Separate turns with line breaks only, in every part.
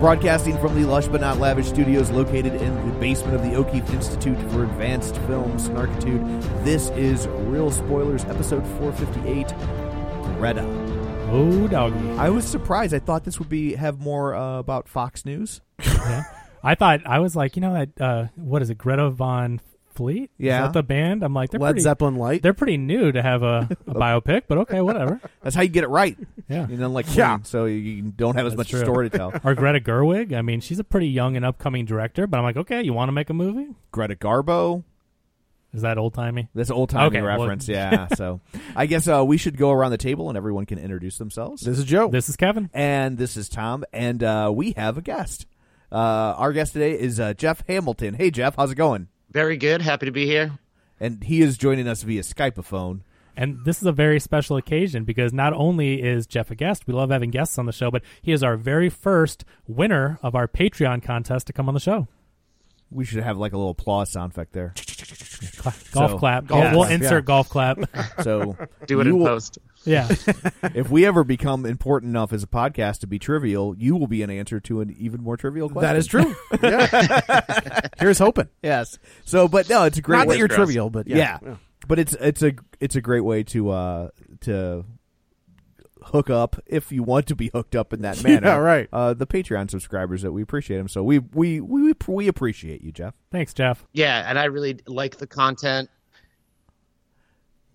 Broadcasting from the lush but not lavish studios located in the basement of the O'Keefe Institute for Advanced Film Snarkitude, this is Real Spoilers, episode 458, Greta.
Oh, doggy.
I was surprised. I thought this would be have more uh, about Fox News.
Yeah. I thought I was like, you know, that uh, what is it, Greta Von Fleet?
Yeah.
is that the band. I'm like, they're
Led
pretty,
Zeppelin Light.
They're pretty new to have a, a biopic, but okay, whatever.
That's how you get it right.
Yeah.
And then like yeah,
Yeah.
so you don't have as
That's
much
true.
story to tell.
Or Greta Gerwig. I mean, she's a pretty young and upcoming director, but I'm like, okay, you want to make a movie?
Greta Garbo.
Is that old timey?
That's old timey
Okay, well-
reference. Yeah. So I guess uh, we should go around the table and everyone can introduce themselves.
This is Joe.
This is Kevin.
and this is Tom, and uh, we have a guest. Uh, our guest today is uh, Jeff Hamilton. Hey Jeff, how's it going?
Very good. Happy to be here.
And he is joining us via Skype phone.
And this is a very special occasion because not only is Jeff a guest, we love having guests on the show, but he is our very first winner of our Patreon contest to come on the show.
We should have like a little applause sound effect there.
Cla- golf
So-
clap.
Golf
we'll
clap,
insert
yeah.
golf clap.
So
Do it
you
in
will-
post.
yeah.
if we ever become important enough as a podcast to be trivial, you will be an answer to an even more trivial question.
That is true. Here's hoping.
yes. So, but no, it's a great.
Not
way
that you're
for us-
trivial, but yeah.
yeah.
Yeah.
But it's it's a it's a great way to uh to hook up if you want to be hooked up in that manner.
Yeah, right.
Uh, the Patreon subscribers that we appreciate them. So we we we we appreciate you, Jeff.
Thanks, Jeff.
Yeah, and I really like the content.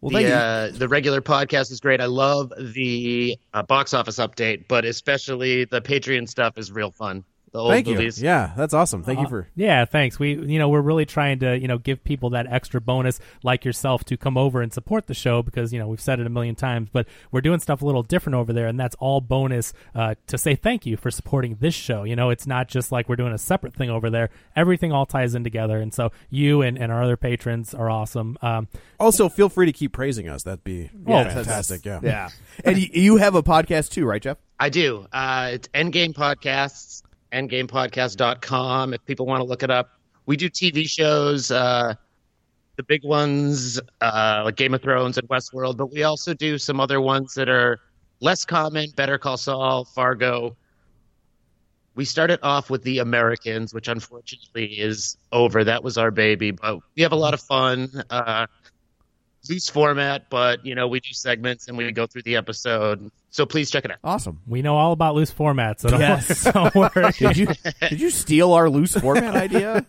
Well,
the,
thank you.
uh, the regular podcast is great. I love the uh, box office update, but especially the Patreon stuff is real fun. The old
Thank you.
movies.
Yeah, that's awesome. Thank you for.
Yeah, thanks. We you know, we're really trying to, you know, give people that extra bonus like yourself to come over and support the show because, you know, we've said it a million times, but we're doing stuff a little different over there and that's all bonus uh, to say thank you for supporting this show. You know, it's not just like we're doing a separate thing over there. Everything all ties in together and so you and, and our other patrons are awesome. Um
Also, feel free to keep praising us. That'd be
Yeah, that's-
fantastic. Yeah.
Yeah, and you, you have a podcast too, right, Jeff?
I do. Uh, it's Endgame Podcasts, endgamepodcast.com if people want to look it up. We do TV shows, uh, the big ones uh, like Game of Thrones and Westworld, but we also do some other ones that are less common Better Call Saul, Fargo. We started off with The Americans, which unfortunately is over. That was our baby, but we have a lot of fun. Uh, loose format, but you know we do segments and we go through the episode. So please check it out.
Awesome.
we know all about loose formats, so don't,
Yes.
don't worry.
Did you did you steal our loose format idea?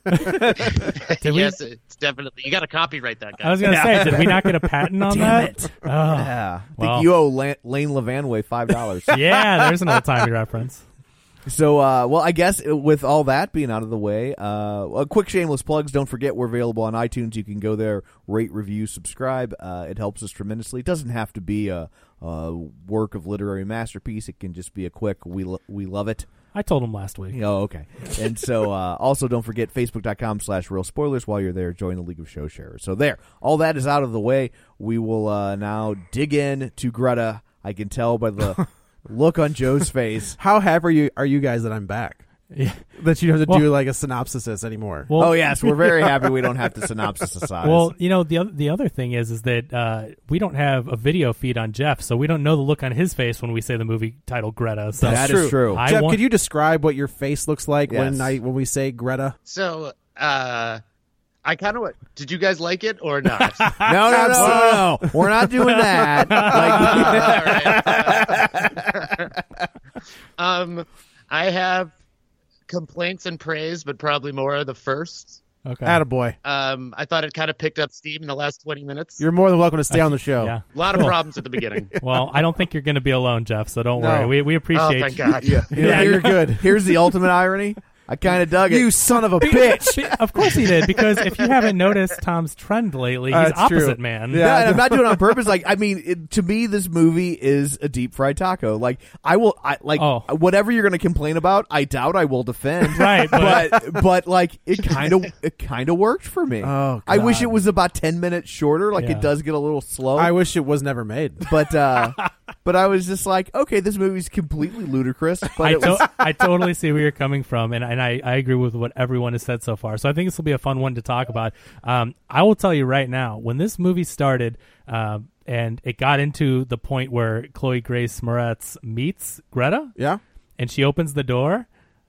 Did we-
yes, it's definitely. You got to copyright that guy.
I was gonna say, did we not get a patent on
Damn
that?
it.
Oh.
Yeah, I think
Well.
you owe La- Lane Levanway five dollars.
yeah, there's an old timey reference.
So, uh, well, I guess with all that being out of the way, uh, a quick shameless plugs. Don't forget we're available on iTunes. You can go there, rate, review, subscribe. Uh, it helps us tremendously. It doesn't have to be a, a work of literary masterpiece. It can just be a quick we lo- we love it.
I told him last week.
Oh, okay. And so, uh, also don't forget facebook.com slash real spoilers while you're there. Join the League of Show Sharers. So, there, all that is out of the way. We will uh, now dig in to Greta. I can tell by the look on Joe's face.
How happy are you, are you guys that I'm back?
Yeah.
That you don't have to
Well-
do like a synopsis of this anymore.
Well,
oh, yes. We're very happy we don't have to synopsis aside.
Well, you know the oth- the other thing is is that uh, we don't have a video feed on Jeff, so we don't know the look on his face when we say the movie title Greta. So
That's That is true.
I
Jeff,
want-
could you describe what your face looks like
Yes.
when I when we say Greta?
So, uh, I kind of did. You guys like it or not?
no, no, no, no, no. We're not doing that. Like,
All right. um, I have complaints and praise, but probably more of the first.
Okay.
Attaboy.
Um, I thought it kind of picked up steam in the last 20 minutes.
You're more than welcome to stay on the show.
Yeah.
a lot of problems at the beginning.
Well, I don't think you're going to be alone, Jeff. So don't worry. We we
oh,
appreciate.
thank
you.
God. Yeah.
You know,
Yeah,
you're good.
Here's the ultimate irony. I kind of dug it.
You son of a bitch.
Be- Of course he did, because if you haven't noticed Tom's trend lately, he's
Uh, it's true.
opposite man.
Yeah, and I'm not doing it on purpose. Like, I mean, it, to me, this movie is a deep fried taco. Like, I will, I like
Oh.
whatever you're going to complain about. I doubt I will defend.
Right, but-
but but, like it kind of it kind of worked for me.
Oh,
I wish
God.
it was about ten minutes shorter. Like
Yeah.
it does get a little slow.
I wish it was never made.
but uh, but I was just like, okay, this movie's completely ludicrous. But
I,
it was,
to- I totally see where you're coming from, and, and I, I agree with what everyone has said so far. So I think this will be a fun one to talk about. Um, I will tell you right now, when this movie started, um, and it got into the point where Chloe Grace Moretz meets Greta,
Yeah.
and she opens the door,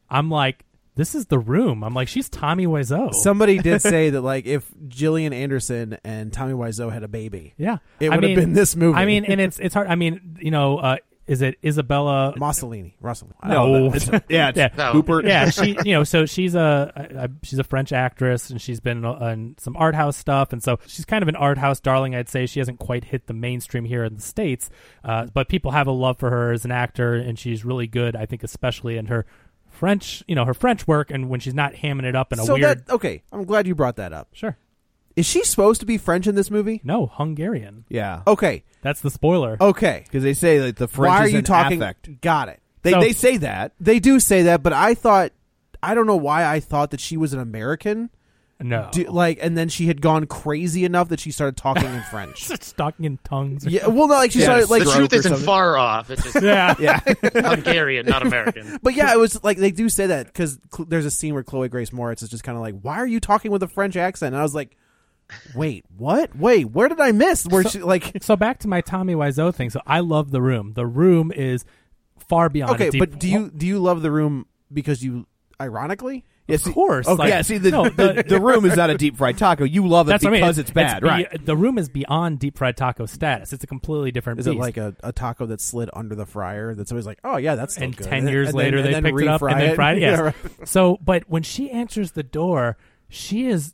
I'm like, this is the room. I'm like, she's Tommy Wiseau.
Somebody did say that like if Gillian Anderson and Tommy Wiseau had a baby.
yeah,
It
I
would have
mean-
been this movie.
I mean, and it's it's hard. I mean, you know, uh, is it Isabella?
Mussolini. Russell.
no, yeah,
No.
yeah, she, you know, so she's a, a she's a French actress, and she's been on some art house stuff, and so she's kind of an art house darling, I'd say. She hasn't quite hit the mainstream here in the states, uh, but people have a love for her as an actor, and she's really good, I think, especially in her French, you know, her French work, and when she's not hamming it up in a
So
weird,
that okay, I'm glad you brought that up.
sure,
Is she supposed to be French in this movie?
no, Hungarian.
yeah,
Okay.
That's the spoiler.
Okay.
because they say like the French
Why are
is
you
an
talking
affect.
Got it.
They
So-
they say that.
They do say that, but I thought I don't know why I thought that she was an American.
no,
Do, like and then she had gone crazy enough that she started talking in French.
it's talking in tongues.
yeah, well no, like she
Yeah,
started like
the
stroke
truth
or
isn't
something.
far off. It's just
yeah,
Yeah,
Hungarian, not American.
But yeah, it was like they do say that because cl- there's a scene where Chloe Grace Moritz is just kind of like, "Why are you talking with a French accent?" And I was like, "Wait, what? Wait, where did I miss?" Where she like,
so back to my Tommy Wiseau thing. So I love the room. The room is far beyond.
okay,
a deep-
but do you do you love the room because you ironically?
Yes,
Of course.
Okay.
like-
yeah, see, the,
no,
the, the room is not a deep fried taco. You love it
that's
because
what I mean.
it's bad,
be-
right?
The room is beyond deep fried taco status. It's a completely different.
Is
beast.
it like a, a taco that slid under the fryer that somebody's like, "Oh yeah, that's
and
good.
ten years
and then-
later
and
they
then
picked it up
refry
and then fried it. Yes.
Yeah, right.
So, but when she answers the door, she is.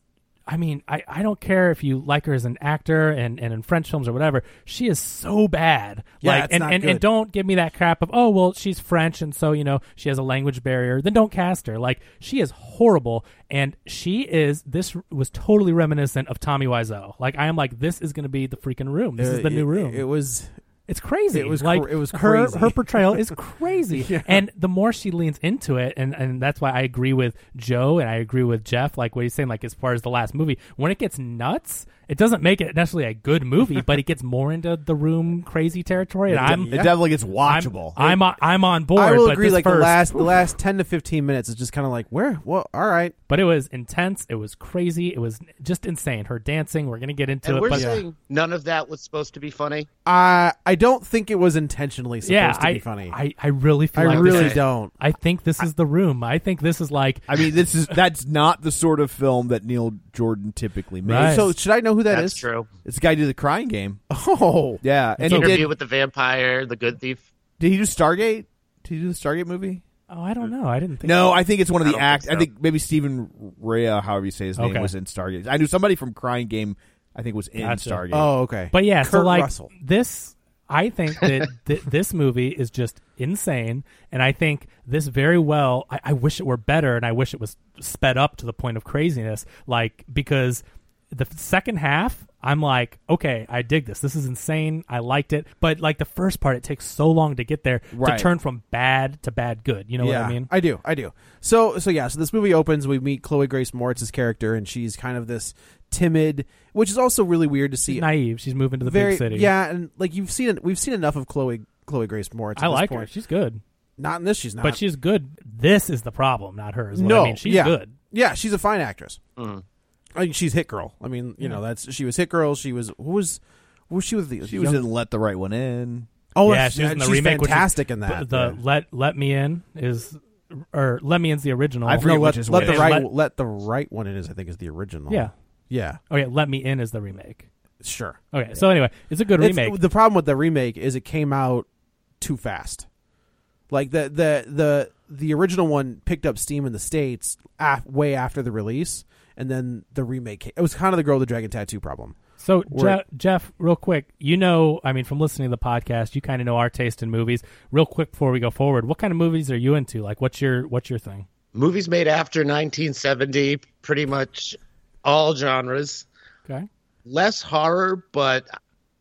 I mean, I, I don't care if you like her as an actor and, and in French films or whatever. She is so bad.
Yeah,
like
it's
and,
not
and, and
good.
don't give me that crap of oh well she's French and so you know she has a language barrier. Then don't cast her. Like she is horrible and she is this was totally reminiscent of Tommy Wiseau. Like I am like this is going to be the freaking room. This is the
Uh,
new
it-
room.
It was
It's crazy.
It was
like
cra- it was
her
crazy.
her portrayal is crazy, and the more she leans into it, and and that's why I agree with Joe and I agree with Jeff. Like what he's saying, like as far as the last movie, when it gets nuts, it doesn't make it necessarily a good movie, but it gets more into the room crazy territory, and I'm
it definitely gets
I'm
watchable.
I'm on, I'm on board.
I will
but
agree.
this
Like the
first-
last the last ten to fifteen minutes is just kind of like, "Where? Well, all right."
but it was intense. It was crazy. It was just insane. Her dancing. We're gonna get into
And
it,
we're
but
saying none of that was supposed to be funny.
I Uh, I don't think it was intentionally supposed
yeah,
to
I,
be funny.
I I really feel
I
like this
really
is-
don't.
I think this is the room. I think this is like
I mean, this is that's not the sort of film that Neil Jordan typically makes.
Right.
So should I know who that
That's
is?
true.
It's the guy who did the Crying Game.
Oh,
Yeah, and he
Interview
did.
with the vampire, the good thief.
Did he do Stargate? Did he do the Stargate movie?
Oh, I don't know. I didn't think.
No, I think it's one of
I
the
don't
act.
think so.
I think maybe Stephen Rea, however you say his name,
Okay.
was in Stargate. I knew somebody from Crying Game. I think was in
Gotcha.
Stargate.
Oh, okay.
But yeah, so
Kurt
like
Russell.
this, I think that th- this movie is just insane, and I think this very well. I-, I wish it were better, and I wish it was sped up to the point of craziness. Like because the f- second half. I'm like, okay, I dig this. This is insane. I liked it. But like the first part, it takes so long to get there
Right.
to turn from bad to bad good. You know
yeah,
what I mean?
I do, I do. So, so yeah. So this movie opens. We meet Chloe Grace Moritz's character, and she's kind of this timid, which is also really weird to see.
Naive. She's moving to the
Very,
big city.
yeah, and like you've seen, we've seen enough of Chloe Chloe Grace Moritz. at
I
this
like her.
point.
She's good,
Not in this. She's not.
but she's good. This is the problem, not hers.
no.
I mean, she's
yeah.
good.
Yeah, she's a fine actress. I mean, she's Hit Girl. I mean, you know, that's she was Hit Girl. She was who was who was she with the
she was in Let the Right One In.
Oh,
yeah,
that's-
she was in the
she's
remake. which is-
Fantastic in that.
but The let let me in is or let me in's the original.
I
No,
forget-
let,
which is
let
which.
the
And
right
let-
let, the right one in is I think is the original.
yeah.
yeah,
Oh yeah, let me in is the remake.
sure.
Okay, so anyway, it's a good
It's-
remake.
The problem with the remake is it came out too fast. Like the the the the original one picked up steam in the states af- way after the release, and then the remake. Came. It was kind of the girl with the dragon tattoo problem.
So
We're-
Jeff, Jeff, real quick, you know, I mean, from listening to the podcast, you kind of know our taste in movies. Real quick before we go forward, what kind of movies are you into? Like, what's your what's your thing?
Movies made after 1970, pretty much all genres.
Okay,
less horror, but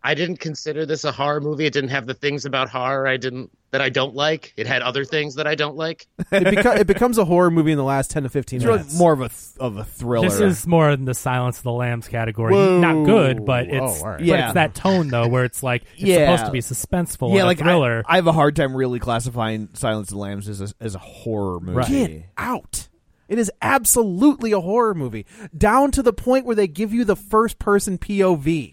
I didn't consider this a horror movie. It didn't have the things about horror I didn't that I don't like. It had other things that I don't like.
It, beco- it becomes a horror movie in the last ten to fifteen
It's really
minutes.
more of a th- of a thriller.
this is more in the Silence of the Lambs category.
Whoa.
Not good, but it's
Oh, all right.
but
Yeah.
it's that tone though, where it's like it's
Yeah.
supposed to be suspenseful, and
yeah,
a
like I-
thriller.
I, have a hard time really classifying Silence of the Lambs as a, as a horror movie.
Right.
Get out. It is absolutely a horror movie, down to the point where they give you the first person POV.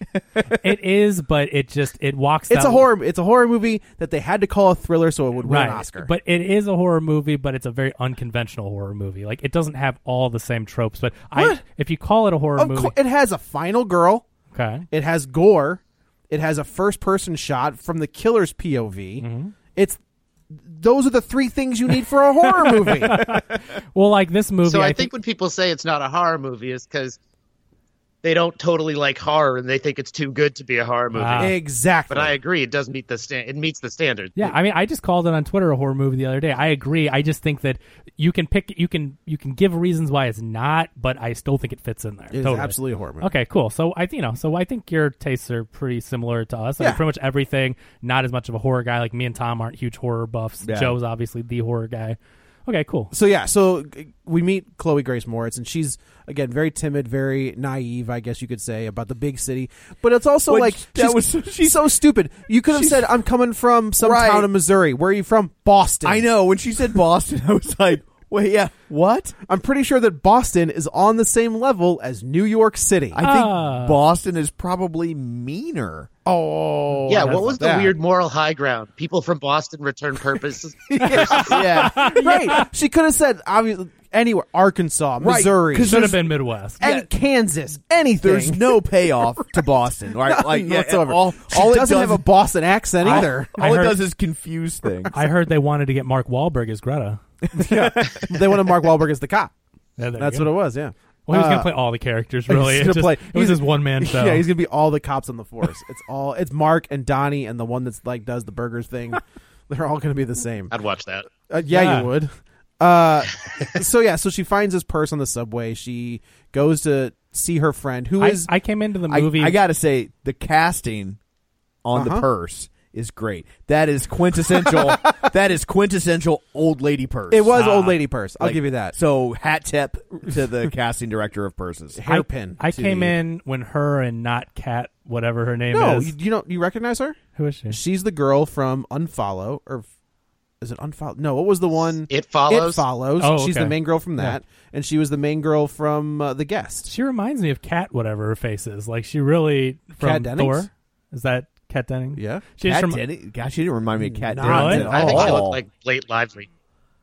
it is, but it just it walks.
It's
that
a horror. It's a horror movie that they had to call a thriller so it would win
right,
an Oscar.
but it is a horror movie, but it's a very unconventional horror movie. Like, it doesn't have all the same tropes. But I,
What?
if you call it a horror
of
movie,
course, it has a final girl.
okay,
It has gore. It has a first person shot from the killer's POV.
Mm-hmm.
It's those are the three things you need for a horror movie.
Ah.
well, like this movie,
So I,
I,
think, when people say it's not a horror movie, is because they don't totally like horror and they think it's too good to be a horror movie.
Ah.
exactly.
but I agree, it does meet the stand. It meets the standard.
Yeah, I mean, I just called it on Twitter a horror movie the other day. I agree. I just think that you can pick, you can, you can give reasons why it's not, but I still think it fits in there.
it is
Totally.
absolutely a horror movie.
Okay, cool. So I, you know, so I think your tastes are pretty similar to us. I mean,
Yeah.
pretty much everything. Not as much of a horror guy. Like me and Tom aren't huge horror buffs.
Yeah.
Joe's obviously the horror guy. Okay, cool.
So yeah, so uh, we meet Chloe Grace Moritz, and she's again very timid, very naive, I guess you could say, about the big city. But it's also
Which-
like
that
she's,
was-
she's so stupid. You could have
she's-
said, "I'm coming from some
Right.
town in Missouri." Where are you from? Boston.
I know when she said Boston, I was like, wait, yeah, what?
I'm pretty sure that Boston is on the same level as New York City.
I think
Ah.
Boston is probably meaner.
oh,
Yeah, what was the
that.
weird moral high ground? People from Boston return purpose.
yeah,
right? She could have said obviously anywhere, Arkansas,
Right,
Missouri,
'cause
Should have been Midwest.
and Kansas, anything.
there's no payoff to Boston, right? like yeah,
whatsoever.
All,
she
all it
doesn't
does,
have a Boston accent either.
I
all it
heard-
does is confuse things.
I heard they wanted to get Mark Wahlberg as Greta.
they wanted Mark Wahlberg as the cop.
Yeah, there you
That's
go.
what it was. Yeah.
Well, he was
Uh,
gonna play all the characters. Really,
He's
It
gonna
just-
play-
It was
he's-
his one man show.
Yeah, he's gonna be all the cops on the force. It's all it's Mark and Donnie and the one that's like does the burgers thing. They're all gonna be the same.
I'd watch that.
Uh, yeah,
Yeah.
you would. Uh, so yeah, so she finds his purse on the subway. She goes to see her friend who
I,
is
I came into the
I,
movie.
I gotta say, the casting on the
Uh-huh.
purse is great. That is quintessential. that is quintessential old lady purse.
it was old lady purse. I'll
Like,
give you that.
So hat tip to the casting director of purses.
Hairpin.
I
to-
came in when her and not Cat, whatever her name
No,
is.
you, you don't. You recognize her?
Who is she?
She's the girl from Unfollow or f- is it Unfollow? No, what was the one?
It follows.
It follows.
Oh,
She's
okay.
the main girl from that, and she was the main girl from uh, the guest.
She reminds me of Cat, whatever her face is. Like she really
Kat
from
Dennings?
Thor. Is that Cat Denning?
Yeah.
She just
Cat
remi-
Denny- Gosh, she didn't remind me of Cat
Not
Dennings
really.
at
I think
all.
I
Oh.
look like Blake Lively.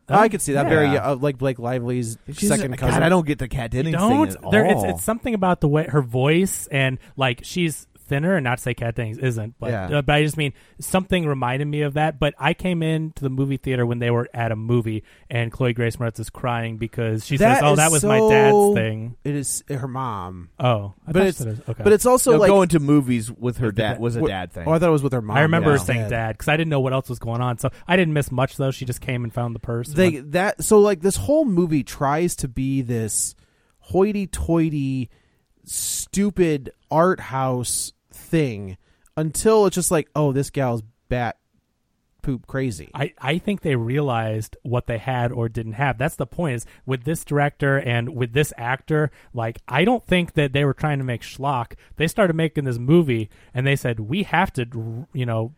I could see that very
yeah.
uh, like Blake Lively's
She's-
second cousin.
God, I don't get the Cat Dennings
Don't.
thing at
There,
all.
it's, it's something about the way her voice and like she's thinner, and not to say Cat Dennings isn't, but
Yeah.
uh, but I just mean something reminded me of that. But I came into the movie theater when they were at a movie, and Chloe Grace Moretz is crying because she says, "Oh,
is
that was my
so-
dad's thing."
It is uh, her mom,
Oh, I thought
but
she
it's
said it was- okay.
but it's also
No,
like
going to movies with her dad was a
wh-
dad thing.
Oh, I thought it was with her mom.
I remember her
instead.
saying dad because I didn't know what else was going on. So I didn't miss much though. She just came and found the purse. and
They
went-
that so like this whole movie tries to be this hoity-toity, stupid art house thing until it's just like, oh, this gal's bat poop crazy.
I, I think they realized what they had or didn't have. That's the point is with this director and with this actor, like I don't think that they were trying to make schlock. They started making this movie and they said, We have to you know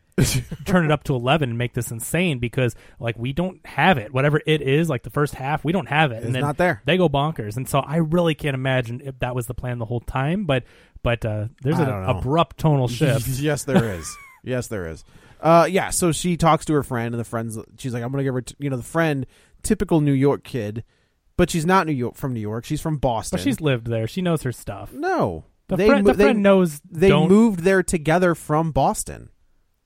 turn it up to eleven and make this insane because like we don't have it. Whatever it is, like the first half, we don't have it. and
It's
then
not there.
They go bonkers. And so I really can't imagine if that was the plan the whole time, but but uh, there's
I
an
don't know.
abrupt tonal shift.
yes, there is. Yes, there is. Uh, yeah. So she talks to her friend, and the friend's she's like, "I'm gonna give her." T-, you know, the friend, typical New York kid, but she's not New York from New York. She's from Boston.
but she's lived there. She knows her stuff.
no.
The friend- the friend knows
They
don't-
moved there together from Boston.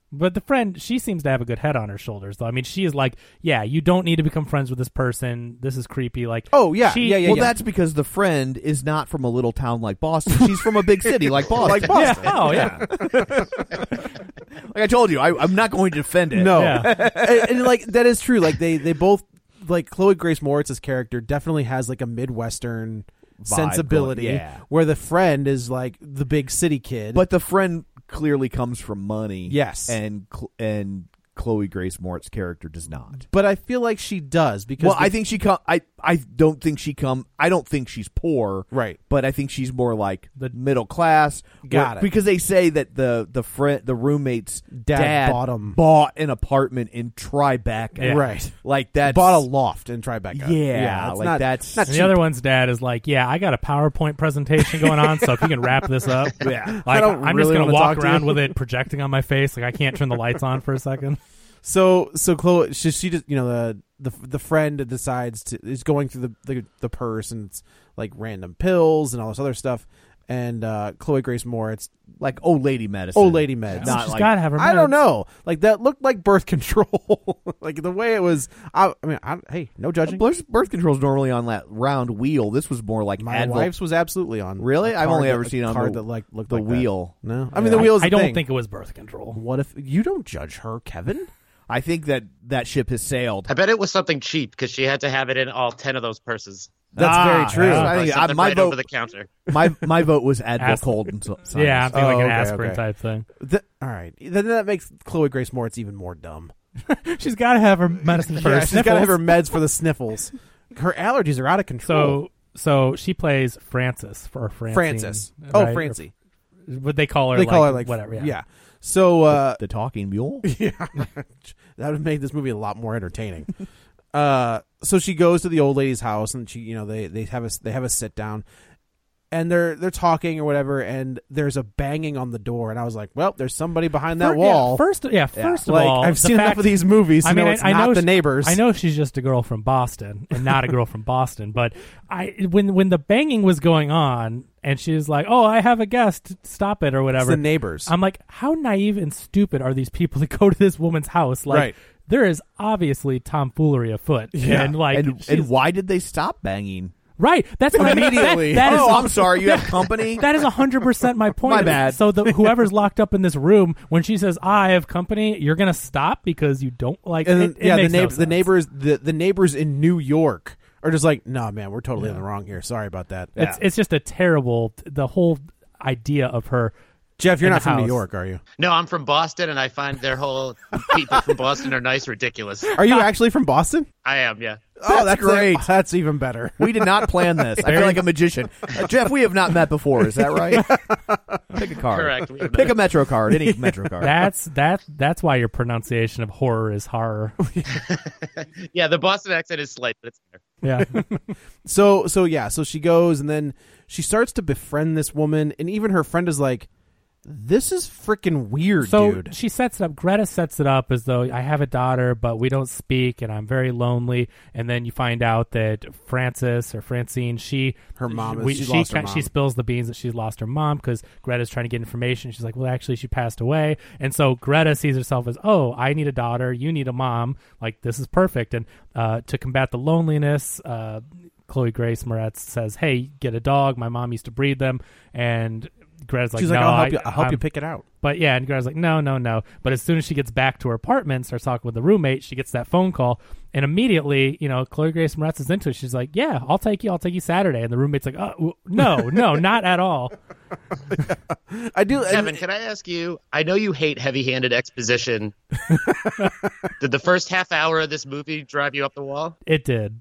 But the friend, she seems to have a good head on her shoulders, though. I mean, she is like, yeah, you don't need to become friends with this person. This is creepy. Like,
Oh, yeah,
she,
yeah, yeah,
well, that's because the friend is not from a little town like Boston. She's from a big city like Boston. like
yeah. Oh, yeah.
Like I told you, I, I'm not going to defend it.
No,
Yeah.
and, and, like that is true. Like they they both like Chloe Grace Moretz's character definitely has like a midwestern sensibility,
going- yeah.
where the friend is like the big city kid.
But the friend clearly comes from money.
Yes.
and Cl- and Chloe Grace Moretz's character does not.
but I feel like she does because
Well,
the-
I think she come. I I don't think she come. I don't think she's poor.
Right.
But I think she's more like the middle class.
Got
where-
it.
Because they say that the the friend the roommate's
Dad bought 'em.
bought an apartment in Tribeca.
Yeah.
right
Like that's
bought a loft in Tribeca.
Yeah,
it's
like
not-
that's
not
And the other one's dad is like, yeah, I got a PowerPoint presentation going on, so if you can wrap this up,
Yeah.
like,
I don't
am
really
just gonna
wanna
walk
talk to
around
you.
with it projecting on my face. Like, I can't turn the lights on for a second.
So so Chloe, she, she just you know the the the friend decides to is going through the the, the purse and it's like random pills and all this other stuff. And uh, Chloe Grace Moritz,
like old lady medicine.
old lady meds.
Not
She's
like-
gotta have her.
I don't
meds.
know. Like that looked like birth control. like the way it was. I, I mean, I, hey, no judging.
Birth, birth control's normally on that round wheel. This was more like
My
Advil.
wife's was absolutely on.
Really?
a
I've
card
only
that-
ever
a
seen it on
card
the-
that like looked
the
like that.
wheel.
No, I mean
Yeah.
the wheel's.
I
the
don't
thing.
think it was birth control.
What if you don't judge her, Kevin?
I think that that ship has sailed.
I bet it was something cheap because she had to have it in all ten of those purses.
That's
Ah,
very true.
yeah. I
Or
think, uh,
something
my
right
vote-
over the counter.
my my vote was Advil
Ask-
cold. And so,
Yeah,
Sinus.
I'm thinking like
Oh,
an
okay,
aspirin
okay.
type thing.
Th- all right. Then that makes Chloe Grace Moritz even more dumb.
She's gotta have her medicine
Yeah,
first.
she's got to have her meds for the sniffles. Her allergies are out of control.
So, so she plays Frances for Francine,
Francis. Oh,
right?
Francie.
What they call her?
They
like,
call her like
whatever. Yeah.
So uh,
the talking mule.
yeah, that would make this movie a lot more entertaining. uh, so she goes to the old lady's house, and she, you know, they they have a they have a sit down, and they're they're talking or whatever, and there's a banging on the door, and I was like, well, there's somebody behind that
Fir- yeah,
wall.
first, yeah. First
like
of all,
I've
the
seen enough
fact-
of these movies. To know it's not
know
the
she-
neighbors.
I know she's just a girl from Boston and not a girl from Boston, but I when when the banging was going on and she was like, "Oh, I have a guest, stop it" or
it's
whatever.
the neighbors.
I'm like, how naive and stupid are these people that go to this woman's house? Like,
Right.
there is obviously tomfoolery afoot.
Yeah.
and like,
and
she's-
and why did they stop banging
right? That's what I mean. That-
immediately?
that is-
oh, I'm sorry. You have company.
that is hundred percent my point.
My bad.
So the, whoever's locked up in this room, when she says "I have company," you're gonna stop because you don't like.
and
it,
then-
it
yeah, the
makes no
neighbor, the neighbors,
sense.
the, the neighbors in New York are just like, no, man, we're totally in the wrong here. Sorry about that.
It's it's just a terrible. The whole idea of her.
Jeff, you're
in
not
the
from New
house.
York, are you?
No, I'm from Boston, and I find their whole people from Boston are nice, ridiculous.
Are you actually from Boston?
I am, yeah.
oh, that's
great.
oh, that's even better.
we did not plan this. I feel like a magician. Uh, Jeff, we have not met before. Is that right? Pick a card.
Correct. We have
Pick a metro card. Any metro card.
That's that. That's why your pronunciation of horror is horror.
Yeah, the Boston accent is slight, but it's there.
Yeah.
So so yeah, so she goes and then she starts to befriend this woman, and even her friend is like, "This is freaking weird,
so
dude."
she sets it up. Greta sets it up as though I have a daughter, but we don't speak, and I'm very lonely. And then you find out that Frances or Francine, she
Her mom is-
we-
she lost her
kin-
mom.
she spills the beans that she's lost her mom because Greta's trying to get information. She's like, well, actually, she passed away. And so Greta sees herself as, oh, I need a daughter, you need a mom. Like this is perfect. And uh, to combat the loneliness. Uh, Chloe Grace Moretz says, "Hey, get a dog. My mom used to breed them." And Greta's like,
She's
"No,
like, "I'll help
I-
you. I'll help you
I'm-
pick it out."
but yeah, and Greta's like, no, no, no. But as soon as she gets back to her apartment, and starts talking with the roommate, she gets that phone call, and immediately, you know, Chloe Grace Moretz is into it. She's like, yeah, I'll take you, I'll take you Saturday, and the roommate's like, oh, w- no, no, not at all.
I do.
Kevin,
And,
can I ask you? I know you hate heavy-handed exposition. Did the first half hour of this movie drive you up the wall?
It did.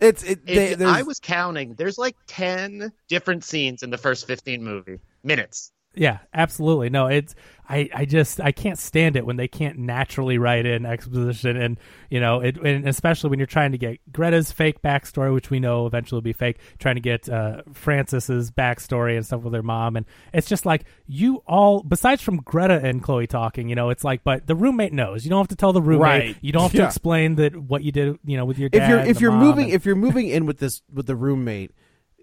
it's it.
If
They,
you-
there's-
I was counting. There's like ten different scenes in the first fifteen movie minutes.
Yeah, absolutely. No, it's I, I just I can't stand it when they can't naturally write in exposition and you know it and especially when you're trying to get Greta's fake backstory, which we know eventually will be fake, trying to get uh, Frances's backstory and stuff with her mom, and it's just like you all besides from Greta and Chloe talking, you know, it's like but the roommate knows. You don't have to tell the roommate.
Right.
You don't have
Yeah.
to explain that what you did, you know, with your dad.
if you're
and
if
the
you're
mom
moving
and-
if you're moving in with this with the roommate,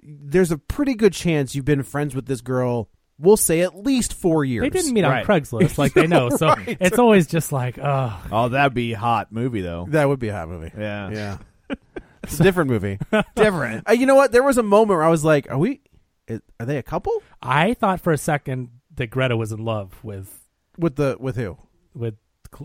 there's a pretty good chance you've been friends with this girl we'll say at least four years.
They didn't meet on
Right.
Craigslist, like they know. So it's always just like, oh,
Oh, that'd be hot movie though.
That would be a hot movie.
Yeah.
yeah. it's a different movie.
Different.
Uh, you know what? There was a moment where I was like, "Are we? i- Are they a couple?"
I thought for a second that Greta was in love with
With the with who?
with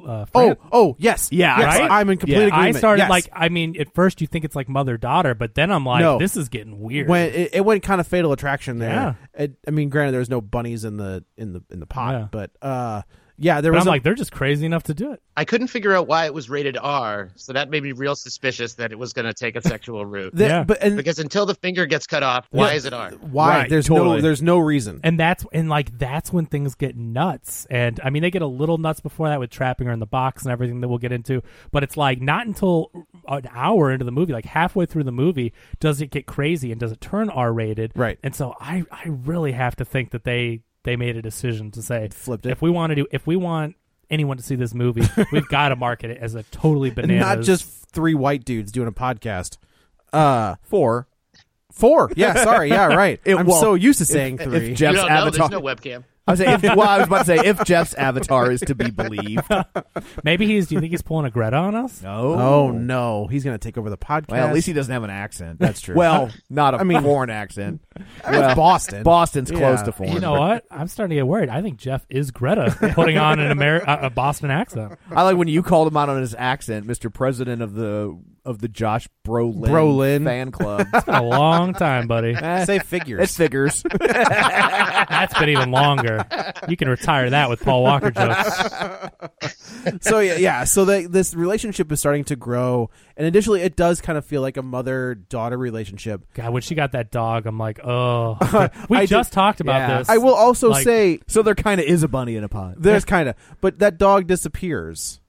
uh,
Oh,
Fran.
oh, yes,
Yeah,
Yes,
right?
I'm in complete
Yeah.
agreement.
I started
Yes.
like, I mean, at first you think it's like mother daughter, but then I'm like,
No.
this is getting weird.
when it, it went kind of fatal attraction there.
Yeah.
It- I mean, granted, there was no bunnies in the in the in the pot,
Yeah.
but uh, yeah, there
but
was
I'm
a-
like, they're just crazy enough to do it.
I couldn't figure out why it was rated R, so that made me real suspicious that it was going to take a sexual route.
the-
Yeah.
but and
because until the finger gets cut off, why is it R?
why?
Right,
there's
totally.
no there's no reason.
and that's and like that's when things get nuts and i mean they get a little nuts before that with trapping her in the box and everything that we'll get into but it's like not until an hour into the movie like halfway through the movie does it get crazy and does it turn r-rated
Right.
and so i i really have to think that they they made a decision to say
Flipped it.
if we want to do if we want anyone to see this movie we've got to market it as a totally
And
bananas
not just three white dudes doing a podcast. Uh, four, four. Yeah, sorry. Yeah, right.
It-
I'm
well,
so used to saying three.
If
You
Jeff's
don't know.
avatar.
There's no webcam.
I was, saying, if, well, I was about to say if Jeff's avatar is to be believed.
maybe he's do you think he's pulling a greta on us
oh no, he's gonna take over the podcast.
Well, at least he doesn't have an accent.
That's true.
Well, not a
I mean-
foreign accent.
That's Boston.
Boston's
Yeah.
close to foreign.
You know what? I'm starting to get worried. I think Jeff is Greta putting on an Ameri- a a Boston accent.
I like when you called him out on his accent, Mr. President of the of the Josh Brolin,
Brolin.
fan club.
It's been a long time, buddy.
Say figures.
It's figures.
That's been even longer. You can retire that with Paul Walker jokes.
so yeah, yeah. So the, this relationship is starting to grow, and additionally, it does kind of feel like a mother daughter relationship.
God, when she got that dog, I'm like, oh. We
I
just
did-
talked about
yeah.
this.
I will also
Like-
say
so there kind of is a bunny in a pod.
there's kind of, but that dog disappears.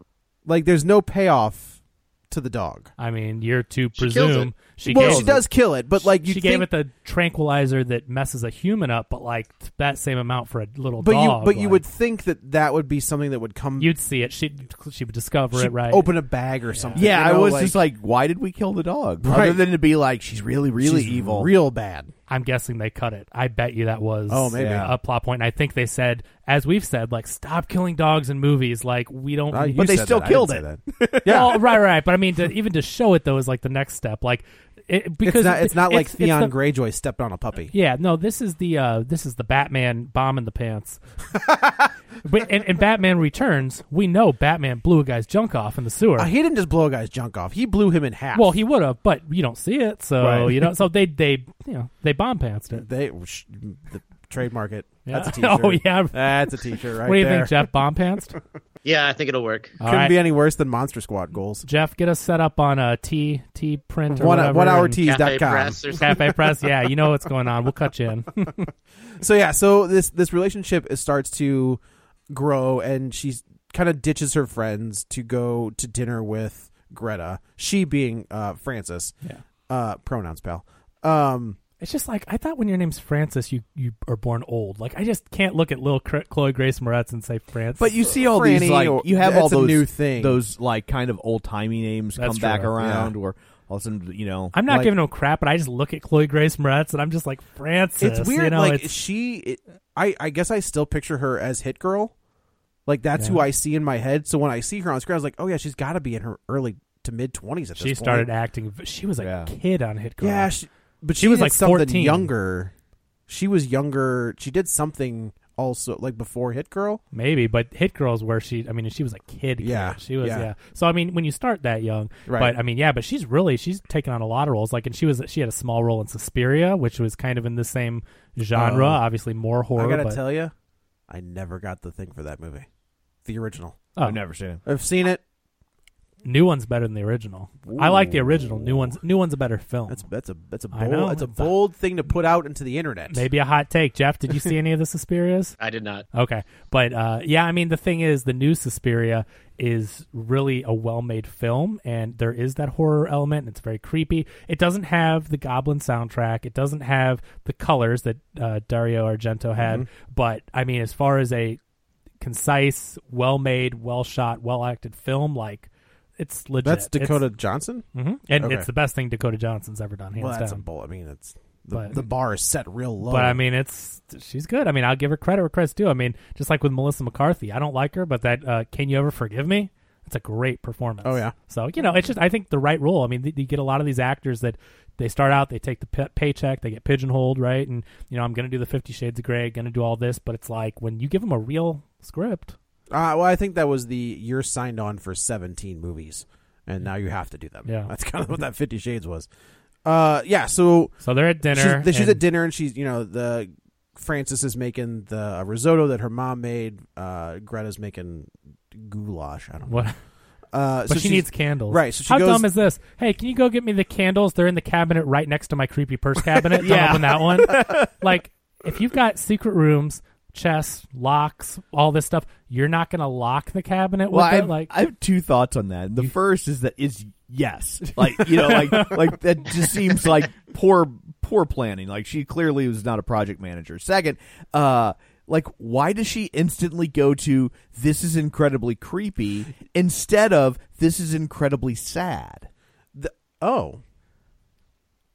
Like there's no payoff to the dog.
I mean, you're to
She killed
presume
it.
she,
well,
gave
she does kill it, but like you
she gave it the tranquilizer that messes a human up, but like that same amount for a little
but
dog.
you but you
like,
would think that that would be something that would come.
you'd see it. She she would discover
she'd
it, right?
Open a bag or something.
Yeah,
you know,
I was just like, why did we kill the dog? Rather
Right.
than to be like, she's really, really
she's
evil.
real bad.
I'm guessing they cut it. I bet you that was
Oh, maybe.
a plot point. And I think they said, as we've said, like stop killing dogs in movies. Like we don't.
Uh, you
But they
said
still
that. I
killed
didn't say that.
yeah. Well, right, right. But I mean, to, even to show it though is like the next step. Like it,
It's
because
not. It's not like
it's
Theon
the-
Greyjoy stepped on a puppy.
Yeah, no, this is the uh, this is the Batman bomb in the pants. but and, and Batman Returns, we know Batman blew a guy's junk off in the sewer.
Uh, he didn't just blow a guy's junk off. He blew him in half.
well, he would have, but you don't see it, so
Right.
you know. So they they you know they bomb pantsed it.
They sh- the trademark it.
Yeah.
That's a t-shirt.
Oh, yeah.
That's a t-shirt right
what do you
there.
think, Jeff? Bomb pantsed?
Yeah, I think it'll work.
Couldn't be any worse than Monster Squad goals.
Jeff, get us set up on a T T print or
One,
whatever
one hour
and
Cafe
tees.com.
press or something.
Cafe Press. Yeah, you know what's going on. We'll cut you in.
So yeah, so this this relationship is, starts to grow and she kind of ditches her friends to go to dinner with Greta. She being uh Francis.
Yeah.
Uh pronouns pal. Um
it's just like I thought when your name's Francis, you you are born old. Like I just can't look at little Cr- Chloe Grace Moretz and say Francis.
But you see all these
Franny
like
or-
you have
that's
all
a
those
new thing.
Those like kind of old timey names
That's
come back
true,
around, or all of a sudden, you know,
I'm not
like-
giving no crap, but I just look at Chloe Grace Moretz and I'm just like Francis.
it's weird
You know,
like
it's-
she it, i i guess i still picture her as hit girl like that's who i see in my head so when i see her on screen i was like oh yeah she's got to be in her early to mid 20s at this
she
point.
started acting. She was a
Yeah.
kid on Hit Girl.
yeah she, but she,
She was
did
like
something
14.
younger she was younger she did something also like before hit girl
Maybe, but Hit Girls where she I mean she was a kid. kid.
Yeah,
She was
yeah.
yeah. So I mean when you start that young.
Right.
But I mean, yeah, but she's really she's taken on a lot of roles. Like and she was she had a small role in Suspiria, which was kind of in the same genre,
Oh.
obviously more horror.
i gotta
but,
tell you i never got the thing for that movie the original
oh,
I've never seen it.
i've seen it
new one's better than the original. I like the original. New one's new one's a better film.
that's that's a that's a
I
bold
know,
that's a
it's a-
bold thing to put out into the internet
Maybe a hot take. Jeff, did you see any of the Suspirias?
I did not.
Okay. But uh, yeah, I mean, the thing is, the new Suspiria is really a well made film, and there is that horror element, and it's very creepy. It doesn't have the Goblin soundtrack, it doesn't have the colors that uh, Dario Argento had.
Mm-hmm.
But I mean, as far as a concise, well made, well shot, well acted film, like, it's legit.
that's
It's-
dakota johnson
mhm. And
Okay.
it's the best thing Dakota Johnson's ever done, hands
well that's a
down.
bold i mean that's
But
the bar is set real low.
but I mean, it's she's good. I mean, I'll give her credit where credit's due. I mean, just like with Melissa McCarthy, I don't like her, but that uh, "Can You Ever Forgive Me?" It's a great performance.
Oh, yeah.
So you know, it's just I think the right role. I mean, th- you get a lot of these actors that they start out, they take the p- paycheck, they get pigeonholed, right? And you know, I'm going to do the Fifty Shades of Grey, going to do all this, but it's like when you give them a real script,
Uh, well, I think that was the you're signed on for 17 movies, and now you have to do them.
Yeah.
that's kind of what that Fifty Shades was. Uh, yeah. So
so they're at
she's,
dinner.
th- she's
and-
at dinner, and she's you know the Frances is making the uh, risotto that her mom made. Uh, Greta's making goulash. I don't know.
What?
Uh,
But
so
she
she's-
needs candles,
Right, so she
How
goes-
dumb is this? Hey, can you go get me the candles? They're in the cabinet right next to my creepy purse cabinet. Don't
Yeah.
open that one. like, if you've got secret rooms, chests, locks, all this stuff, you're not gonna lock the cabinet with
Well, I
it.
have,
Like,
I have two thoughts on that. The first is that is yes, like you know, like like that just seems like poor poor planning. Like she clearly was not a project manager. Second, uh, like why does she instantly go to this is incredibly creepy instead of this is incredibly sad?
The, oh,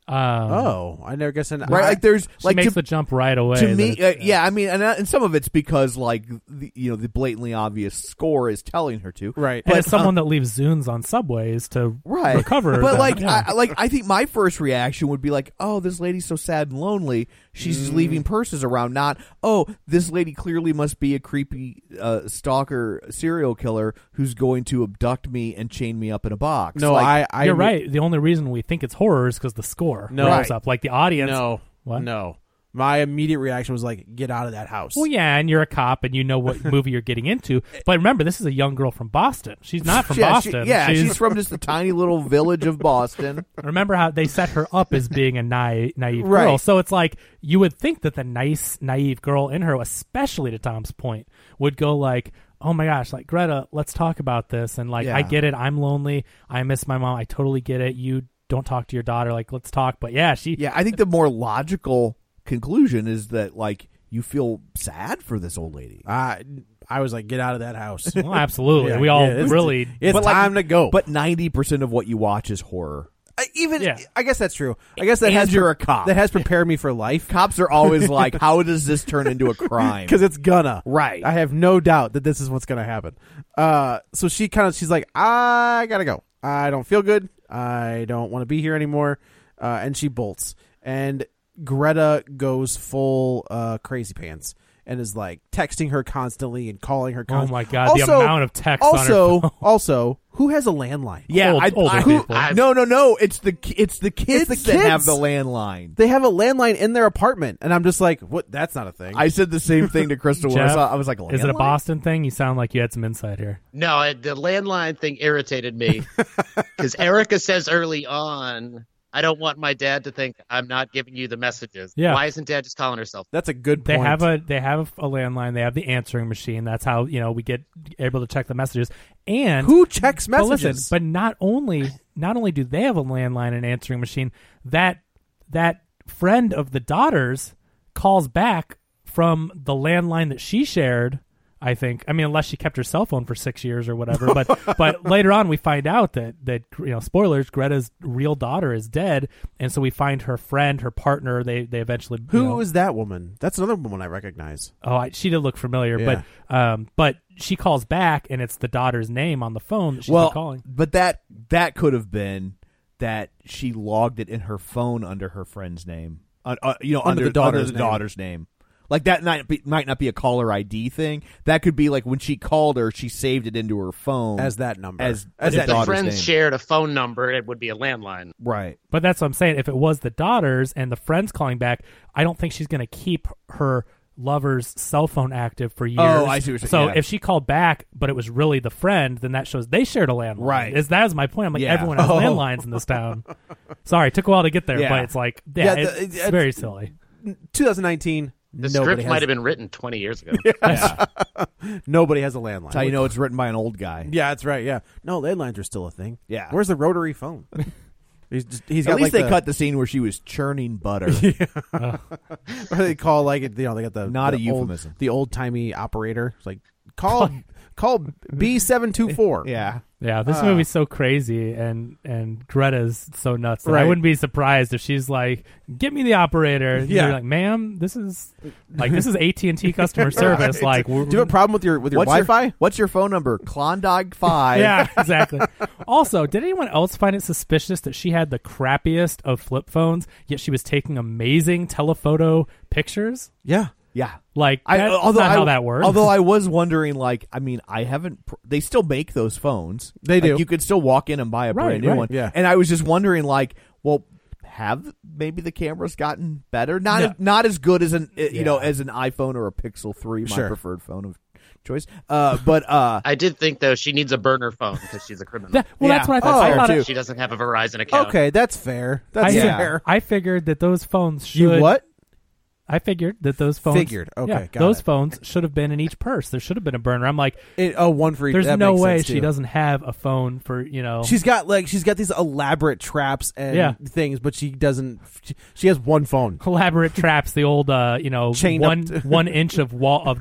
um,
oh, I never guess. An,
Right?
I-
Like there's
she
like
makes
to,
the jump right away.
to
that
me,
it's-
uh, yeah. I mean, and, uh, and some of it's because like the, you know the blatantly obvious score is telling her to,
Right.
and
But uh,
as someone that leaves zunes on subways to
right
recover,
but
them,
like
yeah.
I, like i think my first reaction would be like oh this lady's so sad and lonely she's just
Mm.
leaving purses around not oh this lady clearly must be a creepy uh, stalker serial killer who's going to abduct me and chain me up in a box
no,
Like,
I, I
you're
re-
right. The only reason we think it's horror is because the score
No.
ramps
Right.
up. Like the audience,
No,
What?
no. My immediate reaction was like, get out of that house.
Well, yeah, and you're a cop, and you know what movie you're getting into. But remember, this is a young girl from Boston. She's not from
yeah, she-
Boston.
yeah she's, from just the tiny little village of boston
Remember how they set her up as being a naive, naive
Right.
girl? So it's like you would think that the nice, naive girl in her, especially to Tom's point, would go like, "Oh my gosh, like Greta, let's talk about this." And like,
Yeah.
I get it. I'm lonely. I miss my mom. I totally get it. You don't talk to your daughter. Like, let's talk. But yeah, she.
yeah i think the more logical conclusion is that like you feel sad for this old lady
I, I was like, get out of that house.
Well, absolutely.
Yeah,
we all
yeah, it's-
really.
It's
like-
time to go.
but 90% of what you watch is horror
I, even
Yeah.
I guess that's true. I guess that
And
has
you're a cop.
That has prepared me for life
cops are always like how does this turn into a crime
because it's gonna.
Right.
I have no doubt that this is what's gonna happen. Uh, so she kind of she's like, I gotta go. I don't feel good. I don't want to be here anymore. Uh, and she bolts. And Greta goes full uh, crazy pants and is like texting her constantly and calling her. Const-
Oh my God, the amount of texts on her
Also,
phone.
also, who has a landline?
Yeah,
Old-
I,
older
I-
people.
I- no, no, no. It's the ki- it's the kids
It's the
that have
kids.
the landline.
They have a landline in their apartment, and I'm just like, what? That's not a thing.
I said the same thing to Crystal when I
Jeff,
saw. I was like,
Is it a
"Landline?"
Boston thing? You sound like you had some insight here.
No, I- the landline thing irritated me because Erica says early on, "I don't want my dad to think I'm not giving you the messages."
Yeah.
Why isn't Dad just calling herself?
That's a good
They
point.
have a they have a landline. They have the answering machine. That's how you know we get able to check the messages. And
who checks
But
messages?
listen, but not only not only do they have a landline and answering machine, that that friend of the daughter's calls back from the landline that she shared. I think. I mean, unless she kept her cell phone for six years or whatever. But but later on, we find out that that you know, spoilers. Greta's real daughter is dead, and so we find her friend, her partner. They they eventually you
Who is
know,
that woman? That's another woman I recognize.
Oh, I, she did look familiar, but um, but she calls back, and it's the daughter's name on the phone that she's
Well,
been calling.
but that that could have been that she logged it in her phone under her friend's name. Uh, uh, you know,
Under
under,
the daughter's
under
name.
the daughter's name. Like that might be, might not be a caller ID thing. That could be like when she called her, she saved it into her phone
As that number.
as
As Is
as
If
that
that
the
daughter's
friends
name.
shared a phone number, it would be a landline.
right.
But that's what I'm saying. If it was the daughter's and the friend's calling back, I don't think she's going to keep her lover's cell phone active for years.
Oh, I see what you're
So
saying, yeah.
if she called back, but it was really the friend, then that shows they shared a landline.
Right.
Is that is my point? I'm like
Yeah.
everyone has
Oh.
landlines in this town. Sorry, it took a while to get there,
Yeah.
but it's like yeah,
Yeah,
it's,
the-
it's
it's-
very silly.
2019.
The
nobody
script might
has,
have been written 20 years ago.
nobody has a
That's how
landline.
you know it's written by an old guy.
yeah, that's right. Yeah, no landlines are still a thing.
Yeah.
where's the rotary phone? he's just, he's
At
got like
least they
the,
cut the scene where she was churning butter.
Or they call like you know they got the
Not
the
a
old-
euphemism.
the old timey operator. It's like call Call B seven two four.
Yeah.
Yeah, this
Ah.
movie's so crazy, and and Greta's so nuts. That I
Right.
wouldn't be surprised if she's like, "Get me the operator." And
Yeah.
you're like, "Ma'am, this is like this is AT and T customer service. Like,
Do you have a problem with your with your
What's your-
Wi-Fi?
what's your phone number? Klondike Five.
yeah, exactly." also, did anyone else find it suspicious that she had the crappiest of flip phones, yet she was taking amazing telephoto pictures?
yeah.
Yeah.
Like,
I,
that's
although
not
I,
how that works.
Although I was wondering, like, I mean, I haven't. Pr- they still make those phones.
They
Like,
do.
You could still walk in and buy a
Right,
brand new
right.
one.
Yeah.
And I was just wondering, like, well, have maybe the cameras gotten better? Not
Yeah.
as, not as good as an uh, you
Yeah.
know as an iPhone or a Pixel Three, my
Sure.
preferred phone of choice. Uh, but uh,
I did think though she needs a burner phone because she's a criminal.
That- well,
Yeah,
that's what I
that's
thought. I
fair,
thought
too.
it-
she doesn't have a Verizon account.
Okay, that's fair.
I,
That's
Yeah.
fair.
I figured that those phones should
You what?
I figured that those phones
Figured. Okay,
yeah,
got
those
it.
phones should have been in each purse. There should have been a burner. I'm like,
It, oh, one for each.
there's
that
no
makes
way
sense,
she
too.
doesn't have a phone for you know.
She's got like she's got these elaborate traps and
Yeah.
things, but she doesn't. She, she has one phone.
Elaborate traps, the old uh, you know,
Chained up
one
to-
one inch of wall of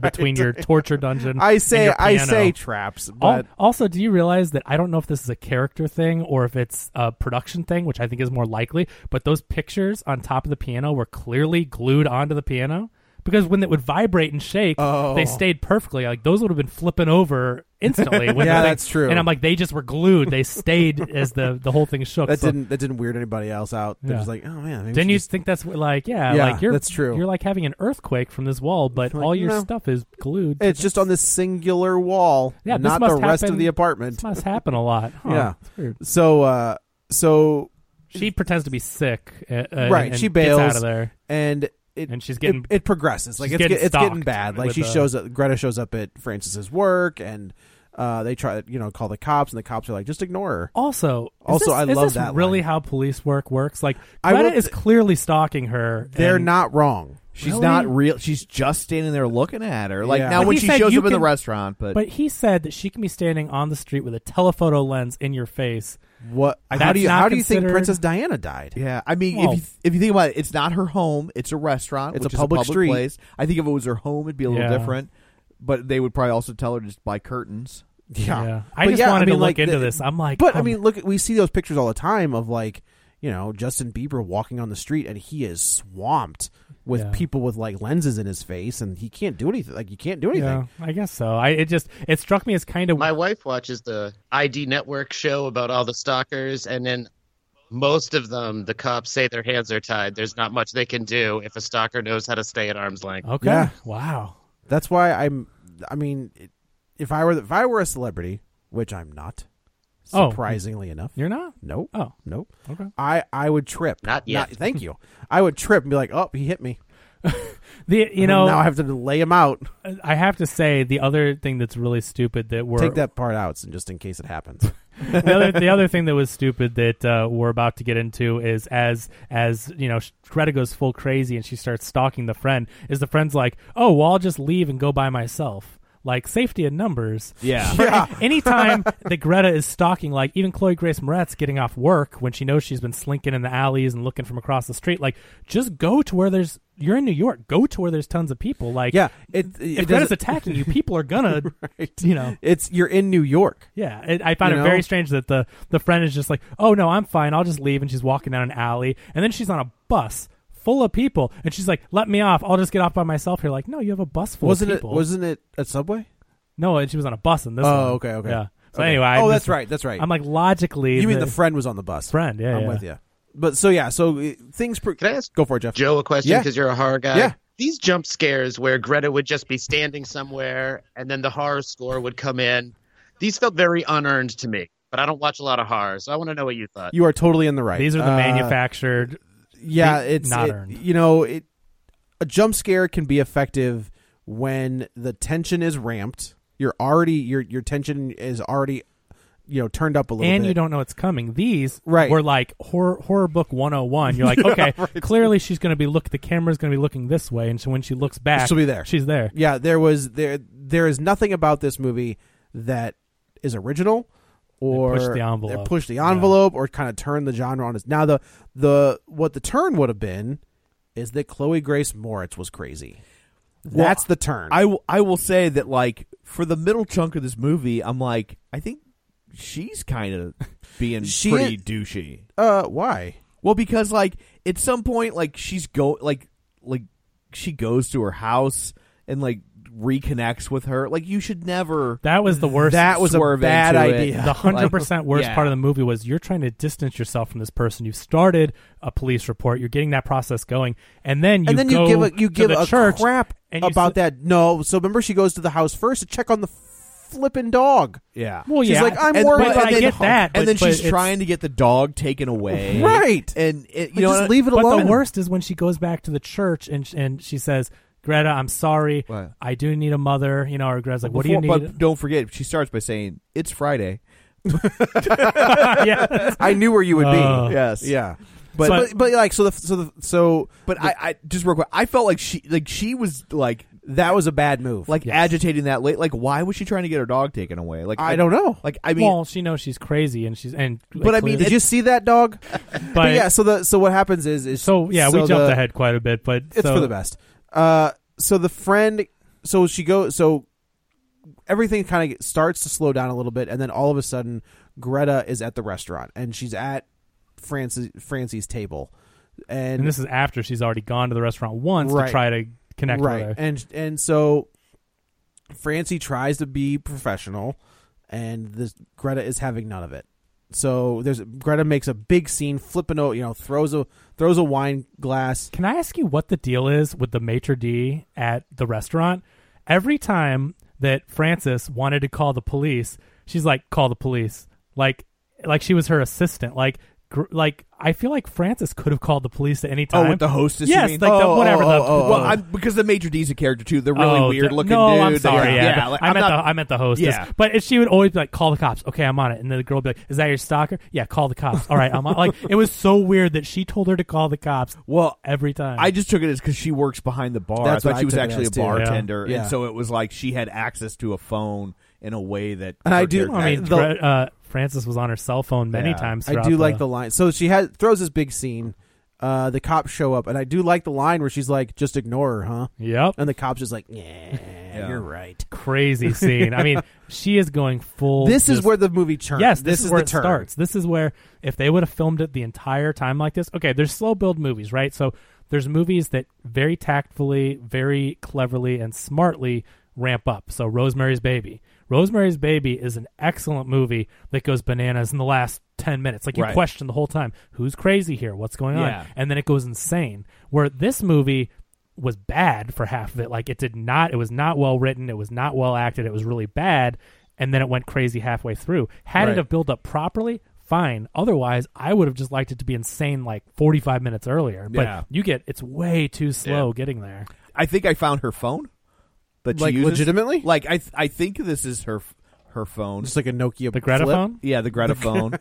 between your torture dungeon.
I
and
say
your
I
piano.
say traps,
Al-
but
also, do you realize that I don't know if this is a character thing or if it's a production thing, which I think is more likely. But those pictures on top of the piano were clearly glued onto the piano because when it would vibrate and shake,
Oh.
they stayed perfectly. Like those would have been flipping over instantly. when the
Yeah,
thing-
that's true.
And I'm like, they just were glued. They stayed as the the whole thing shook.
that
So
didn't that didn't weird anybody else out. They're
Yeah.
just like, oh man, maybe
Didn't
she
you
just-
think that's what- like yeah,
Yeah,
like you're
that's true.
You're like having an earthquake from this wall, but
Like,
all your
no.
stuff is glued. to
It's just on this singular wall,
Yeah, this
not
must
the rest
happen-
of the
this
apartment.
must happen a lot. Huh,
Yeah.
that's weird.
So, uh, so
She pretends to be sick. Uh, uh,
right,
and
she
gets
bails
out of there.
and it
And she's getting-
it, it progresses. Like
she's
it's
getting
get- it's getting
stalked
bad. Like
with
she
a-
shows up. Greta shows up at Francis's work, and uh, they try to you know call the cops, and the cops are like, just ignore her.
Also, is
Also,
this-
I
is
love
this
that
Really,
line.
how police work works? Like
I
Greta
will
is
t-
clearly stalking her.
They're
and-
not wrong.
she's
Really?
not real. She's just standing there looking at her. Like
Yeah.
now
But
when
he
she
said
shows up
you
in the
can-
restaurant, but,
But he said that she can be standing on the street with a telephoto lens in your face.
What? how
That's
do you
not
how do you think
considered-
Princess Diana died?
Yeah, I mean,
Well-
if you, if you think about it, it's not her home; it's a restaurant.
It's
which
a
is
public street.
place. I think if it was her home, it'd be a little
Yeah.
different. But they would probably also tell her to just buy curtains.
I
But
just
yeah,
wanted
I mean,
to
like,
look into
the-
this. I'm like,
But I
um,
mean, look, at- we see those pictures all the time of like, you know, Justin Bieber walking on the street and he is swamped with
Yeah.
people with like lenses in his face and he can't do anything. Like, you can't do anything.
yeah, I guess so. I it just it struck me as kind of
My wife watches the ID Network show about all the stalkers, and then most of them, the cops say their hands are tied. There's not much they can do if a stalker knows how to stay at arm's length.
okay.
Yeah.
Wow.
That's why I'm. I mean, it- if I were the- if I were a celebrity, which I'm not,
Oh.
surprisingly enough,
You're not.
nope,
Oh.
nope.
Okay.
I I would trip.
Not yet.
thank you. I would trip and be like, oh, he hit me.
The you know
now I have to lay him out.
I have to say the other thing that's really stupid that we're
Take that part out, so just in case it happens.
the other the other thing that was stupid that uh, we're about to get into is as as you know Greta goes full crazy and she starts stalking the friend is the friend's like oh well I'll just leave and go by myself like safety in numbers
Yeah.
For- anytime that Greta is stalking like even Chloe Grace Moretz getting off work when she knows she's been slinking in the alleys and looking from across the street like just go to where there's you're in New York go to where there's tons of people like
yeah, it, it,
if
it
Greta's
doesn't-
attacking you people are gonna you know
it's you're in New York.
yeah, it, I found
You
it
know?
very strange that the the friend is just like, "Oh no, I'm fine. I'll just leave." And she's walking down an alley, and then she's on a bus full of people, and she's like, "Let me off. I'll just get off by myself here." Like, no, you have a bus full
wasn't
of
it?
people.
Wasn't it at Subway?
no, and she was on a bus in this.
Oh,
one.
okay, okay.
Yeah. So
Okay.
anyway, I
oh,
just-
that's right, that's right.
I'm like logically,
you mean
the,
the friend was on the bus?
friend? Yeah,
I'm
yeah.
with you. But so yeah, so uh, things. Pro-
Can I ask
Go for it, Jeff.
Joe a question
Yeah.
because you're a horror guy?
Yeah.
These jump scares where Greta would just be standing somewhere and then the horror score would come in, these felt very unearned to me. But I don't watch a lot of horror, so I want to know what you thought.
You are totally in the right.
These are the
Uh,
manufactured.
Yeah,
They-
it's
not
it-
earned.
You know, it a jump scare can be effective when the tension is ramped. You're already your your tension is already you know turned up a little,
And
bit.
you don't know it's coming. These
Right.
were like horror, horror book 101. You're like, okay, clearly she's going to be look. The camera's going to be looking this way, and so when she looks back,
She'll be there.
She's there.
Yeah, there was there there is nothing about this movie that is original or
pushed the envelope.
that pushed the envelope or kind of turned the genre on its now the the what the turn would have been is that Chloe Grace Moritz was crazy. That's the turn.
I, w- I will say that like for the middle chunk of this movie, I'm like, I think she's kind of being
She
pretty
is-
douchey.
uh, why?
Well, because like at some point, like she's go like like she goes to her house and like reconnects with her. Like you should never.
That was the worst.
That was a
swerve
bad
into it.
idea.
the hundred percent worst
yeah.
part of the movie was you're trying to distance yourself from this person. You've started a police report. You're getting that process going, and then you
and then you
go
give a you
to
give
the
a
church
crap
and you
about
s-
that. No, so remember she goes to the house first to check on the flippin' dog.
Yeah.
Well,
She's
yeah,
like, I'm
and-
worried
but
about
I
that
get
dog.
that,
and
but-
then
but
she's
it's-
trying to get the dog taken away.
Right.
And it, you
Like,
know
just
what?
leave it
But
alone.
the worst is when she goes back to the church and sh- and she says, "Greta, I'm sorry.
What?
I do need a mother." You know, or Greta's like, "What do you
Before-
need?"
But don't forget, she starts by saying, "It's Friday."
yeah.
I knew where you would
Uh,
be. Yes.
Yeah.
But-
But, but like so the so the so
But I, I just real quick, I felt like she like she was like
that was a bad move.
like agitating that late. Like, why was she trying to get her dog taken away? Like,
I, don't know.
Like, I mean,
well, she knows she's crazy, and she's and.
But I mean,
did you see that dog?
but,
But yeah, so the so what happens is is
so yeah, we
so
jumped
the-
ahead quite a bit, but
It's
so-
for the best. Uh, so the friend, so she goes, so everything kind of starts to slow down a little bit, and then all of a sudden, Greta is at the restaurant, and she's at Francis Francie's table, and,
And this is after she's already gone to the restaurant once
Right.
to try to connect
right,
with her.
and and so Francie tries to be professional, and this Greta is having none of it. So there's Greta makes a big scene, flipping out, you know, throws a throws a wine glass.
Can I ask you what the deal is with the maitre d at the restaurant? Every time that Frances wanted to call the police, she's like, "Call the police!" Like, like she was her assistant. Like, gr- like I feel like Frances could have called the police at any time.
oh, with the hostess, you
yes,
mean?
like the,
Oh,
whatever.
oh,
the,
oh, oh, well, I'm, because the major D's a character too. They're really
Oh,
weird
the-
looking.
No,
dude.
I'm sorry.
Yeah,
Yeah,
yeah,
but
like,
I
I'm
meant
not-
the I meant the hostess.
Yeah.
But it, she would always be like, "Call the cops." Okay, I'm on it. And then the girl would be like, "Is that your stalker?" Yeah, call the cops. All right, I'm on. Like it was so weird that she told her to call the cops.
Well,
every time.
I just took it as because she works behind the bar.
That's
I
what
thought she
I
was
took it
actually a
as, too. Yeah.
bartender,
Yeah.
and so it was like she had access to a phone in a way that.
And I
her
do-
character-
I mean,
the-
Gre- uh, Francis was on her cell phone many
Yeah.
times.
I
throughout
do like the line. So she has throws this big scene. Uh, the cops show up, and I do like the line where she's like, "Just ignore her, huh?"
Yep,
And the cops just like, "Yeah, you're right."
crazy scene. I mean, she is going full.
This is
just-
where the movie turns.
Yes, this, is, where
the
it
turn.
starts. This is where if they would have filmed it the entire time like this. Okay, there's slow build movies, right? So there's movies that very tactfully, very cleverly, and smartly ramp up. So Rosemary's Baby. Rosemary's Baby is an excellent movie that goes bananas in the last 10 minutes. Like you
Right.
question the whole time, who's crazy here? What's going
Yeah.
on? And then it goes insane. Where this movie was bad for half of it. Like it did not it was not well written, it was not well acted, it was really bad, and then it went crazy halfway through. Had
Right.
it have built up properly, fine. Otherwise, I would have just liked it to be insane like 45 minutes earlier. But
Yeah.
you get it's way too slow getting there.
I think I found her phone. That
Like,
she uses.
legitimately?
Like I, th- I think this is her, f- her phone.
Just like a Nokia.
The Greta
flip.
phone?
Yeah, the Greta phone.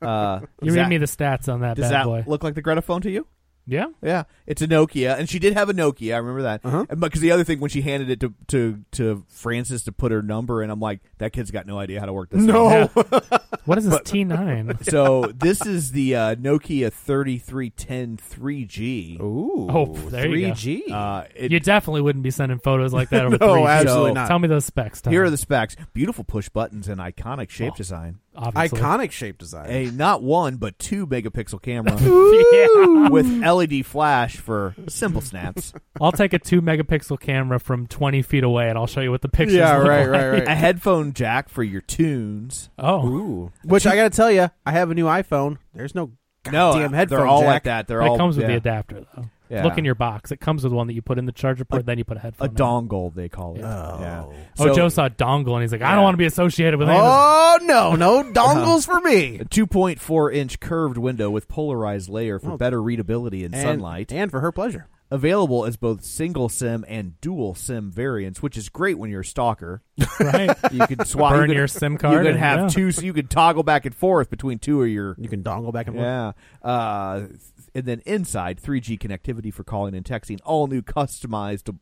uh,
You
does
read
that-
me the stats on that
Does
bad
that
boy.
look like the Greta phone to you?
yeah.
Yeah, it's a Nokia, and she did have a Nokia. I remember that.
Uh-huh.
And because the other thing when she handed it to to to Francis to put her number in, I'm like, that kid's got no idea how to work this. thing.
Yeah. what is this T9?
So this is the uh, Nokia 3310 3G.
Ooh,
Oh, there you go.
3G.
Uh, it,
You definitely wouldn't be sending photos like that over
No,
3G.
absolutely not.
Tell me those specs. Tom.
here are the specs: beautiful push buttons and iconic
Oh.
shape design.
Obviously.
Iconic shape design.
A not one but two megapixel camera
Yeah.
with LED flash for simple snaps.
I'll take a two megapixel camera from 20 feet away and I'll show you what the pictures look like.
a headphone jack for your tunes.
Oh.
Ooh, which I gotta tell you, I have a new iPhone. There's no
uh,
No,
goddamn headphone
they're all
jack.
like that. They're
But
all
it comes with
yeah.
the adapter, though.
Yeah.
Look in your box. It comes with one that you put in the charger port, then you put a headphone.
a
in.
dongle they call it. Yeah.
Oh,
So,
Joe saw a dongle and he's like, I don't want to be associated with anything.
Oh no, no
Uh-huh.
dongles for me.
a 2.4 inch curved window with polarized layer for better readability in
Oh. And-
sunlight.
and for her pleasure.
Available as both single SIM and dual SIM variants, which is great when you're a stalker.
Right?
You could swap you
Burn
could-
your SIM card
You could
and-
have
yeah.
two, so you could toggle back and forth between two of your.
You can dongle back and forth.
Yeah. Uh, and then inside 3G connectivity for calling and texting. All new customized,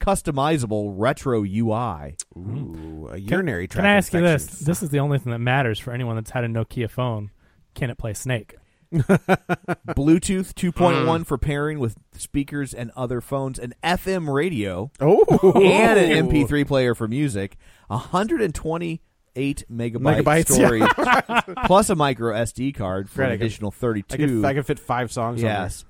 customizable retro UI.
Ooh, a urinary tract
Can I ask you this?
infection.
This is the only thing that matters for anyone that's had a Nokia phone. Can it play Snake? Hmm.
Bluetooth 2.1 for pairing with speakers and other phones, an FM radio,
Oh,
and an MP3 player for music, 128 megabyte
Megabytes,
storage, plus a micro SD card for
Right,
an
I could-
additional
I
32.
could, I could fit five songs.
yes.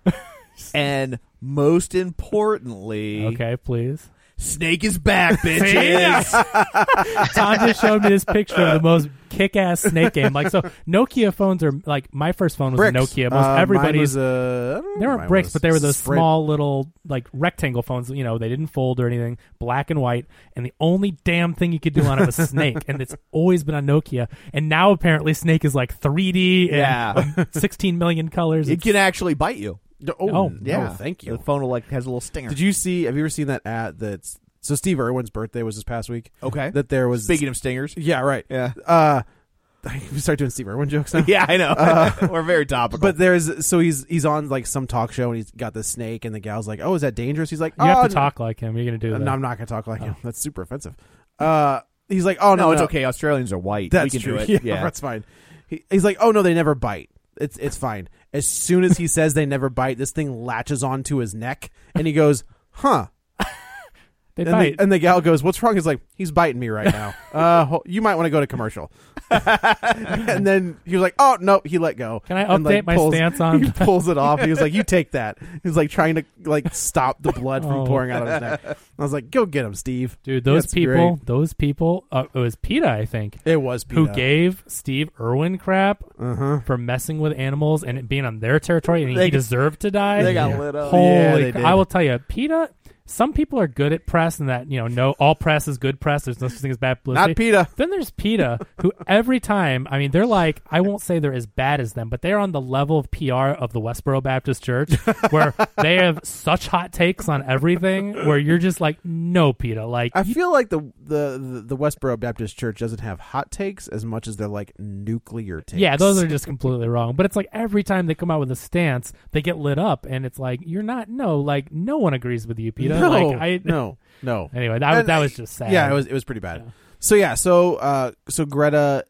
and most importantly,
Okay, please.
Snake is back, bitches.
Tom just showed me this picture of the most kick-ass snake game. Like so, Nokia phones are like my first phone was
on there.
a
bricks.
Nokia. Most
Uh, mine
everybody's
was, uh, I don't know
They
mine
weren't bricks,
was.
but they were those
Sprint.
small little like rectangle phones. You know, they didn't fold or anything, black and white. And the only damn thing you could do on it was Snake, and it's always been on Nokia. And now apparently Snake is like 3D, and
Yeah.
16 million colors.
it
It's-
can actually bite you.
Oh,
Oh,
no,
Yeah,
thank you.
The phone will, like has a little stinger.
Did you see? Have you ever seen that ad? That's so Steve Irwin's birthday was this past week.
Okay.
That there was
Speaking of stingers,
Yeah, right.
Yeah.
Uh, we start doing Steve Irwin jokes now.
yeah, I know. We're very topical.
Uh, But there's so he's he's on like some talk show and he's got this snake and the gal's like, oh, is that dangerous? He's like,
you have
"Oh,
to Oh. talk like him. You're gonna do
No,
that.
no, I'm not gonna talk like him. That's super offensive. Uh, he's like, oh no,
no, it's okay. Australians are white.
That's
we can
true.
do it.
Yeah, that's fine. He, he's like, oh no, they never bite. It's it's fine. As soon as he says they never bite, this thing latches onto his neck and he goes, huh.
they
And
bite.
the, and the gal goes, "What's wrong?" He's like, "He's biting me right now. Uh, ho- you might want to go to commercial." and then he was like, "Oh no!" He let go.
Can I
And, like,
update my
pulls-
stance on-
He pulls it off. He was like, "You take that." He's like trying to like stop the blood from
Oh.
pouring out of his neck. I was like, "Go get him, Steve."
Dude, those
That's
people, those people. Uh, it was PETA, I think.
great. It was
Who
PETA.
gave Steve Irwin crap for messing with animals and it being on their territory, and he deserved to die.
they got lit up.
Holy!
Yeah, they
cr-
did.
I will tell you, PETA. Some people are good at press, and that you know, no, all press is good press. There's no such thing as bad publicity.
Not PETA.
Then there's PETA, who every time, I mean, they're like, I won't say they're as bad as them, but they're on the level of PR of the Westboro Baptist Church, where they have such hot takes on everything, where you're just like, no, PETA, like,
I feel like the, the the Westboro Baptist Church doesn't have hot takes as much as they're like nuclear takes.
Yeah, those are just completely wrong. But it's like every time they come out with a stance, they get lit up, and it's like you're not no like no one agrees with you, Peter.
No,
like, I,
no, no.
Anyway, that was-
And-
that was just sad.
Yeah, it was it was pretty bad. So yeah, so uh, so Greta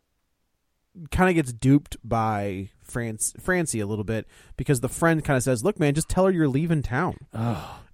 kind of gets duped by France Francie a little bit because the friend kind of says, "Look, man, just tell her you're leaving town."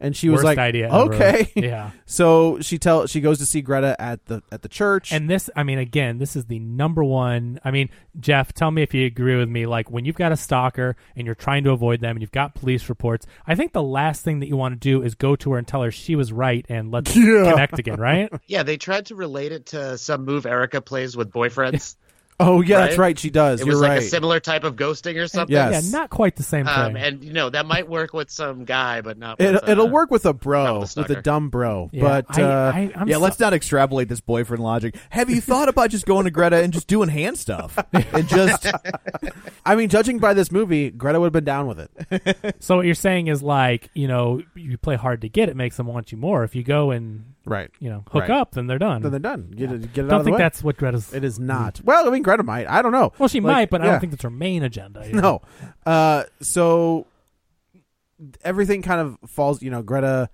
and she was
worst
like,
idea ever.
"Okay."
Yeah.
So she tell she goes to see Greta at the at the church.
And this, I mean, again, this is the number one. I mean, Jeff, tell me if you agree with me. Like, when you've got a stalker and you're trying to avoid them and you've got police reports, I think the last thing that you want to do is go to her and tell her she was right and let's connect again, right?
Yeah, they tried to relate it to some move Erica plays with boyfriends.
oh yeah, that's
Right?
right. She does.
it
you're
was
right.
like a similar type of ghosting or something.
Yes.
Yeah, not quite the same thing.
Um, and you know that might work with some guy, but not.
it,
with, uh,
it'll work with a
not
bro,
with a
with a
stalker.
dumb bro.
Yeah,
but
I,
uh,
I, I'm
yeah,
so-
let's not extrapolate this boyfriend logic. Have you thought about just going to Greta and just doing hand stuff and just
I mean, judging by this movie, Greta would have been down with it.
So what you're saying is like, you know, you play hard to get, it makes them want you more. If you go and
Right.
you know hook
Right.
up, then they're done.
Then they're done. Get it, get it out of
don't
the
think
way.
that's Hmm. what Greta's.
It is not. Well, I mean, Greta might. I don't know.
Well, she
Like,
might, but I
yeah.
don't think that's her main agenda. you know?
No. Uh, so everything kind of falls. You know, Greta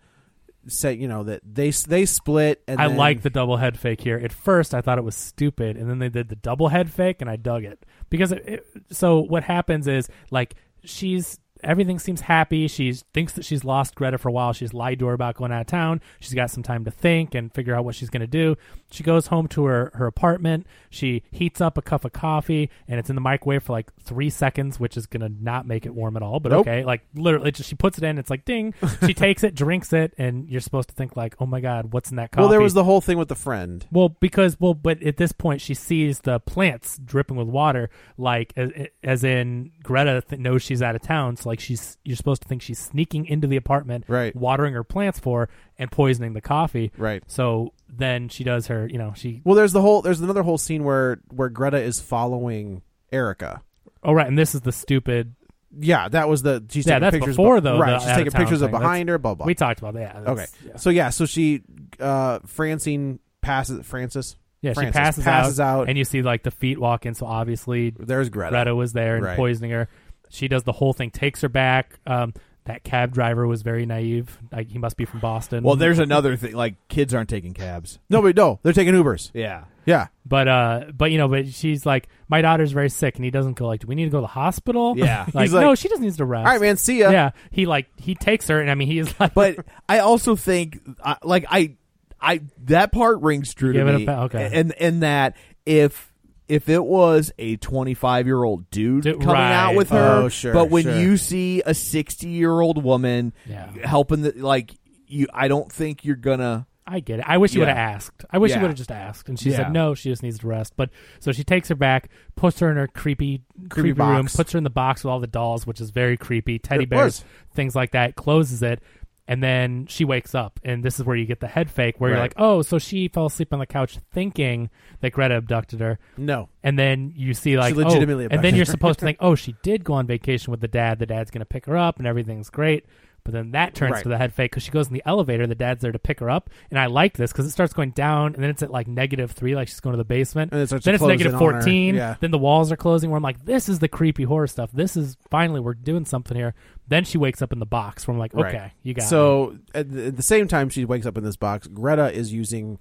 said, you know, that they they split. And
I
then-
like the double head fake here. At first, I thought it was stupid, and then they did the double head fake, and I dug it because it, it, so what happens is like she's everything seems happy. She thinks that she's lost Greta for a while. She's lied to her about going out of town. She's got some time to think and figure out what she's going to do. She goes home to her her apartment. She heats up a cup of coffee, and it's in the microwave for like three seconds, which is going to not make it warm at all. But
Nope.
okay, like literally, it's just, she puts it in. It's like ding. She takes it, drinks it, and you're supposed to think like, oh my god, what's in that coffee?
Well, there was the whole thing with the friend.
Well, because well, but at this point she sees the plants dripping with water, like as, as in Greta th- knows she's out of town, so like she's you're supposed to think she's sneaking into the apartment,
Right.
watering her plants for her and poisoning the coffee,
Right.
So then she does her, you know, she
Well, there's the whole. There's another whole scene where where Greta is following Erica.
oh right, and this is the stupid
Yeah, that was the. She's taking
yeah, that's
pictures
before
be-
though,
Right,
the
she's
out-of-town
taking pictures of
thing.
behind
That's-
her. Blah blah.
We talked about that.
Okay,
That's- yeah.
so yeah, so she, uh, Francine passes Francis.
Yeah,
Frances
she passes,
out,
and you see like the feet walk in. So obviously
there's Greta.
Greta was there and
Right.
poisoning her. She does the whole thing, takes her back. Um, that cab driver was very naive. Like he must be from Boston.
Well, there's another thing. Like kids aren't taking cabs.
No, but no, they're taking Ubers.
Yeah.
Yeah.
But uh, but you know, but she's like, my daughter's very sick, and he doesn't go like, do we need to go to the hospital?
Yeah.
like,
He's like,
no, she just needs to rest.
All right, man. See ya.
Yeah, he like he takes her, and I mean, he is like,
But I also think, I- like, I, I that part rings true
Give
to
it a
me.
pa- okay.
And and that if if it was a 25 year old dude
Dude,
coming
right.
out with her,
Oh, sure,
but when
sure.
you see a 60 year old woman
Yeah.
helping, the, like, you, I don't think you're gonna.
I get it. I wish you
Yeah.
would have asked. I wish you
Yeah.
would have just asked. And she
Yeah.
said, no, she just needs to rest. But so she takes her back, puts her in her creepy, creepy, room,
box.
puts her in the box with all the dolls, which is very creepy, teddy
It
bears,
was.
things like that, closes it. And then she wakes up. And this is where you get the head fake, where you're
Right.
like, oh, so she fell asleep on the couch thinking that Greta abducted her.
No.
And then you see like oh,
legitimately
and then
abducted
you're
her.
supposed to think, oh, she did go on vacation with the dad. The dad's going to pick her up, and everything's great. But then that turns
Right.
to the head fake because she goes in the elevator. The dad's there to pick her up, and I like this because it starts going down, and then it's at like negative three, like she's going to the basement.
And it starts to
then it's
close
negative
in on her.
fourteen.
Yeah.
Then the walls are closing. Where I'm like, this is the creepy horror stuff. This is finally we're doing something here. Then she wakes up in the box. Where I'm like, okay, you got me.
so at the, at the same time she wakes up in this box greta is using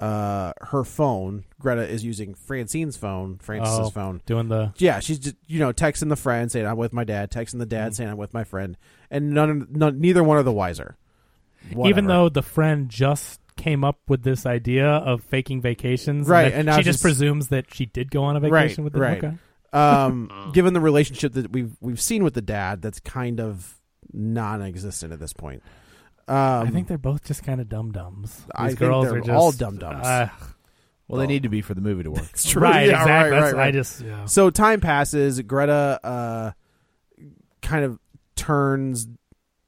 uh her phone greta is using francine's phone francis's
Oh,
phone
doing the
yeah she's just you know texting the friend saying i'm with my dad texting the
Mm-hmm.
dad saying i'm with my friend and none, none neither one are the wiser
even
Whatever.
though the friend just came up with this idea of faking vacations,
Right,
that
and now
she just
she's-
presumes that she did go on a
right
vacation with the
right
Okay.
um given the relationship that we've we've seen with the dad that's kind of non-existent at this point um
I think they're both just kind of dumb dumbs. These
I think
girls
they're
are just
all dum-dums.
Uh,
Well, they need to be for the movie to work.
Right,
Yeah,
exactly.
right,
That's-
right, right.
I just yeah.
So time passes. Greta uh, kind of turns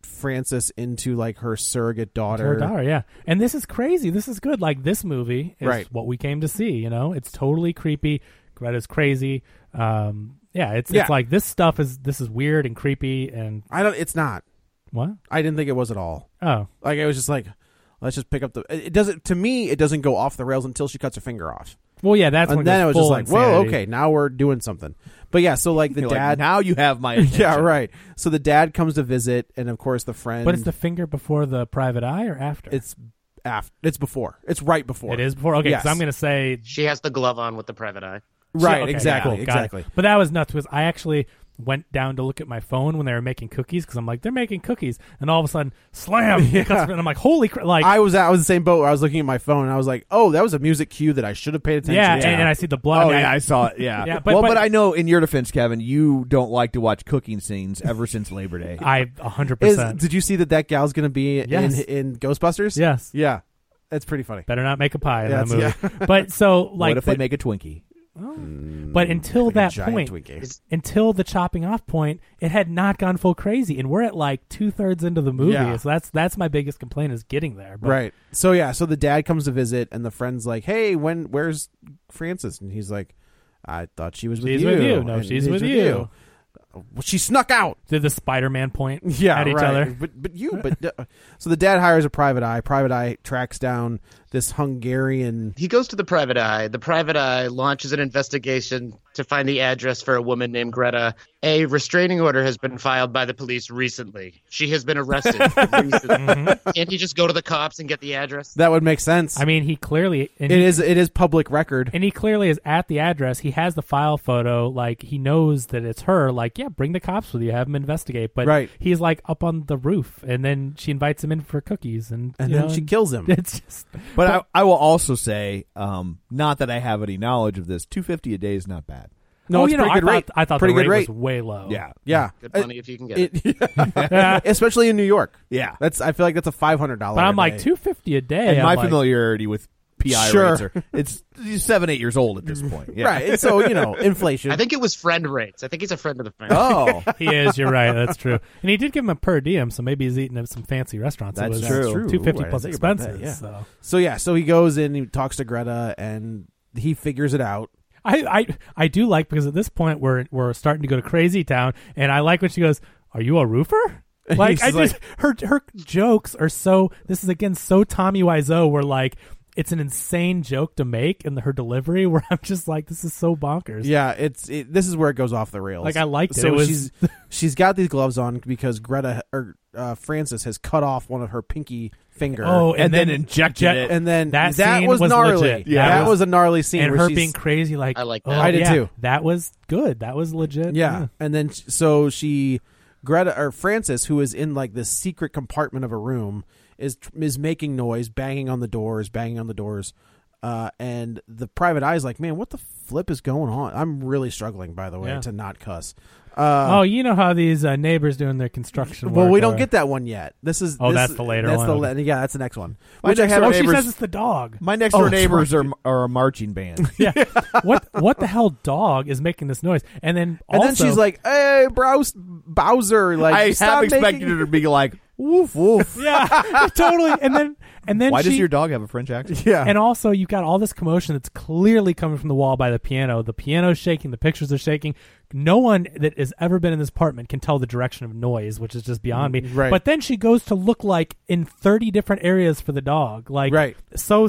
Francis into like her surrogate daughter.
Her daughter, yeah. And this is crazy. This is good. Like this movie is
Right.
what we came to see. You know, it's totally creepy. Greta's crazy. Um, yeah, it's
Yeah.
it's like this stuff is this is weird and creepy and
I don't. It's not.
what?
I didn't think it was at all.
Oh,
Like I was just like, let's just pick up the. It it doesn't. To me, it doesn't go off the rails until she cuts her finger off,
well, yeah. That's when
and then
it
I was
full
just like,
insanity.
whoa, okay, now we're doing something. But yeah, so like the
You're like,
dad.
now you have my attention.
yeah, right. So the dad comes to visit, and of course the friend.
But it's the finger before the private eye or after?
it's after. It's before. It's right before.
It is before. Okay, because
Yes.
I'm going to say
She has the glove on with the private eye.
right.
Okay,
exactly.
cool, got it.
exactly.
But that was nuts because I actually went down to look at my phone when they were making cookies because I'm like, they're making cookies, and all of a sudden, slam!
Yeah.
cuts- and I'm like, holy crap! Like,
I was I was in the same boat. Where I was looking at my phone. and I was like, "Oh, that was a music cue that I should have paid attention."
yeah,
to.
And, and I see the blood.
Oh
and
yeah,
I-
I saw it. Yeah,
Yeah, but-
well,
but-
but, I know in your defense, Kevin, you don't like to watch cooking scenes ever since Labor Day.
I a hundred
Is,
percent.
did you see that that gal's gonna be
Yes.
in in Ghostbusters?
Yes.
yeah, that's pretty funny.
Better not make a pie in that movie.
That's-
but so like,
what if
but,
they make a Twinkie?
but until
Like a
that
giant
point,
Twinkie.
until the chopping off point, it had not gone full crazy, and we're at like two thirds into the movie.
Yeah.
So that's that's my biggest complaint is getting there. But
right. So yeah, so the dad comes to visit, and the friend's like, "Hey, when where's Frances?" And he's like, "I thought she was with
She's
you.
with you. No,
and
she's with you.
Well, she snuck out.
Did the Spider-Man point
Yeah,
at each
right.
other?
But but you, but uh, so the dad hires a private eye. Private eye tracks down this Hungarian.
He goes to the private eye. The private eye launches an investigation to find the address for a woman named Greta. A restraining order has been filed by the police recently. She has been arrested. recently. Can't he just go to the cops and get the address?
That would make sense.
I mean, he clearly and
it
he-
is it is public record.
and he clearly is at the address. He has the file photo. Like he knows that it's her. Like, yeah, bring the cops with you. Have them investigate. But
Right.
he's like up on the roof, and then she invites him in for cookies, and
and
you
then
know, Oh,
she
and
kills him.
It's just,
But I, I will also say, um, not that I have any knowledge of this, two fifty a day is not bad.
No,
oh,
it's
you know,
pretty
I
good
thought
rate.
I thought
Pretty
the
good
rate,
rate.
was way low.
Yeah,
Good
Uh,
money if you can get it.
it- especially in New York.
Yeah.
that's. I feel like that's a five hundred dollar.
but I'm like two fifty a day.
and
I'm
my
like,
familiarity with PI
Sure.
rates are it's you're seven eight years old at this point. Yeah.
right? and So you know, inflation.
I think it was friend rates. I think he's a friend of the family.
Oh,
He is. You're right. That's true. And he did give him a per diem, so maybe he's eating at some fancy restaurants.
That's
it was
true.
Two fifty
Ooh, I
plus
didn't think about
expenses.
that, yeah.
So.
so yeah, so he goes in, he talks to Greta, and he figures it out.
I, I I do like because at this point we're we're starting to go to crazy town, and I like when she goes, "Are you a roofer?" Like
He's
I just her her jokes are so. This is again so Tommy Wiseau. Where like it's an insane joke to make, and her delivery where I'm just like, this is so bonkers.
Yeah, it's it, this is where it goes off the rails.
Like, I liked it.
So
It was-
she's she's got these gloves on because Greta or uh, Francis has cut off one of her pinky finger.
Oh, and,
then injected it.
and then
that
that,
scene
was,
was
gnarly.
legit.
Yeah,
That
that,
was-
was, a gnarly scene.
and
where
her
she's-
being crazy, like
I like
oh,
that.
I did
yeah,
too.
That was good. That was legit.
yeah. and then sh- so she Greta or Francis, who is in like this secret compartment of a room, is is making noise, banging on the doors, banging on the doors. Uh, and the private eye's like, man, what the flip is going on? I'm really struggling, by the way,
Yeah.
to not cuss.
oh, you know how these uh, neighbors doing their construction.
Well,
work
we don't
or-
get that one yet. This is
Oh,
this-
that's the later
that's
one,
The
okay.
la- yeah, that's the next one.
My
Which
next
actually-
door
Oh,
neighbor-
she
neighbors-
says it's the dog.
My next door
Oh, that's
neighbors are are a marching band.
Yeah. what what the hell dog is making this noise? And then
and
also,
then she's like, "Hey, Browse, Bowser!" Like,
I
stop
have expected
making-
her to be like woof woof.
yeah, totally. And then and then
Why
she,
does your dog have a French accent?
Yeah,
And also, you've got all this commotion that's clearly coming from the wall by the piano. The piano's shaking, the pictures are shaking. No one that has ever been in this apartment can tell the direction of noise, which is just beyond me.
Right.
But then she goes to look like in 30 different areas for the dog. Like,
Right.
so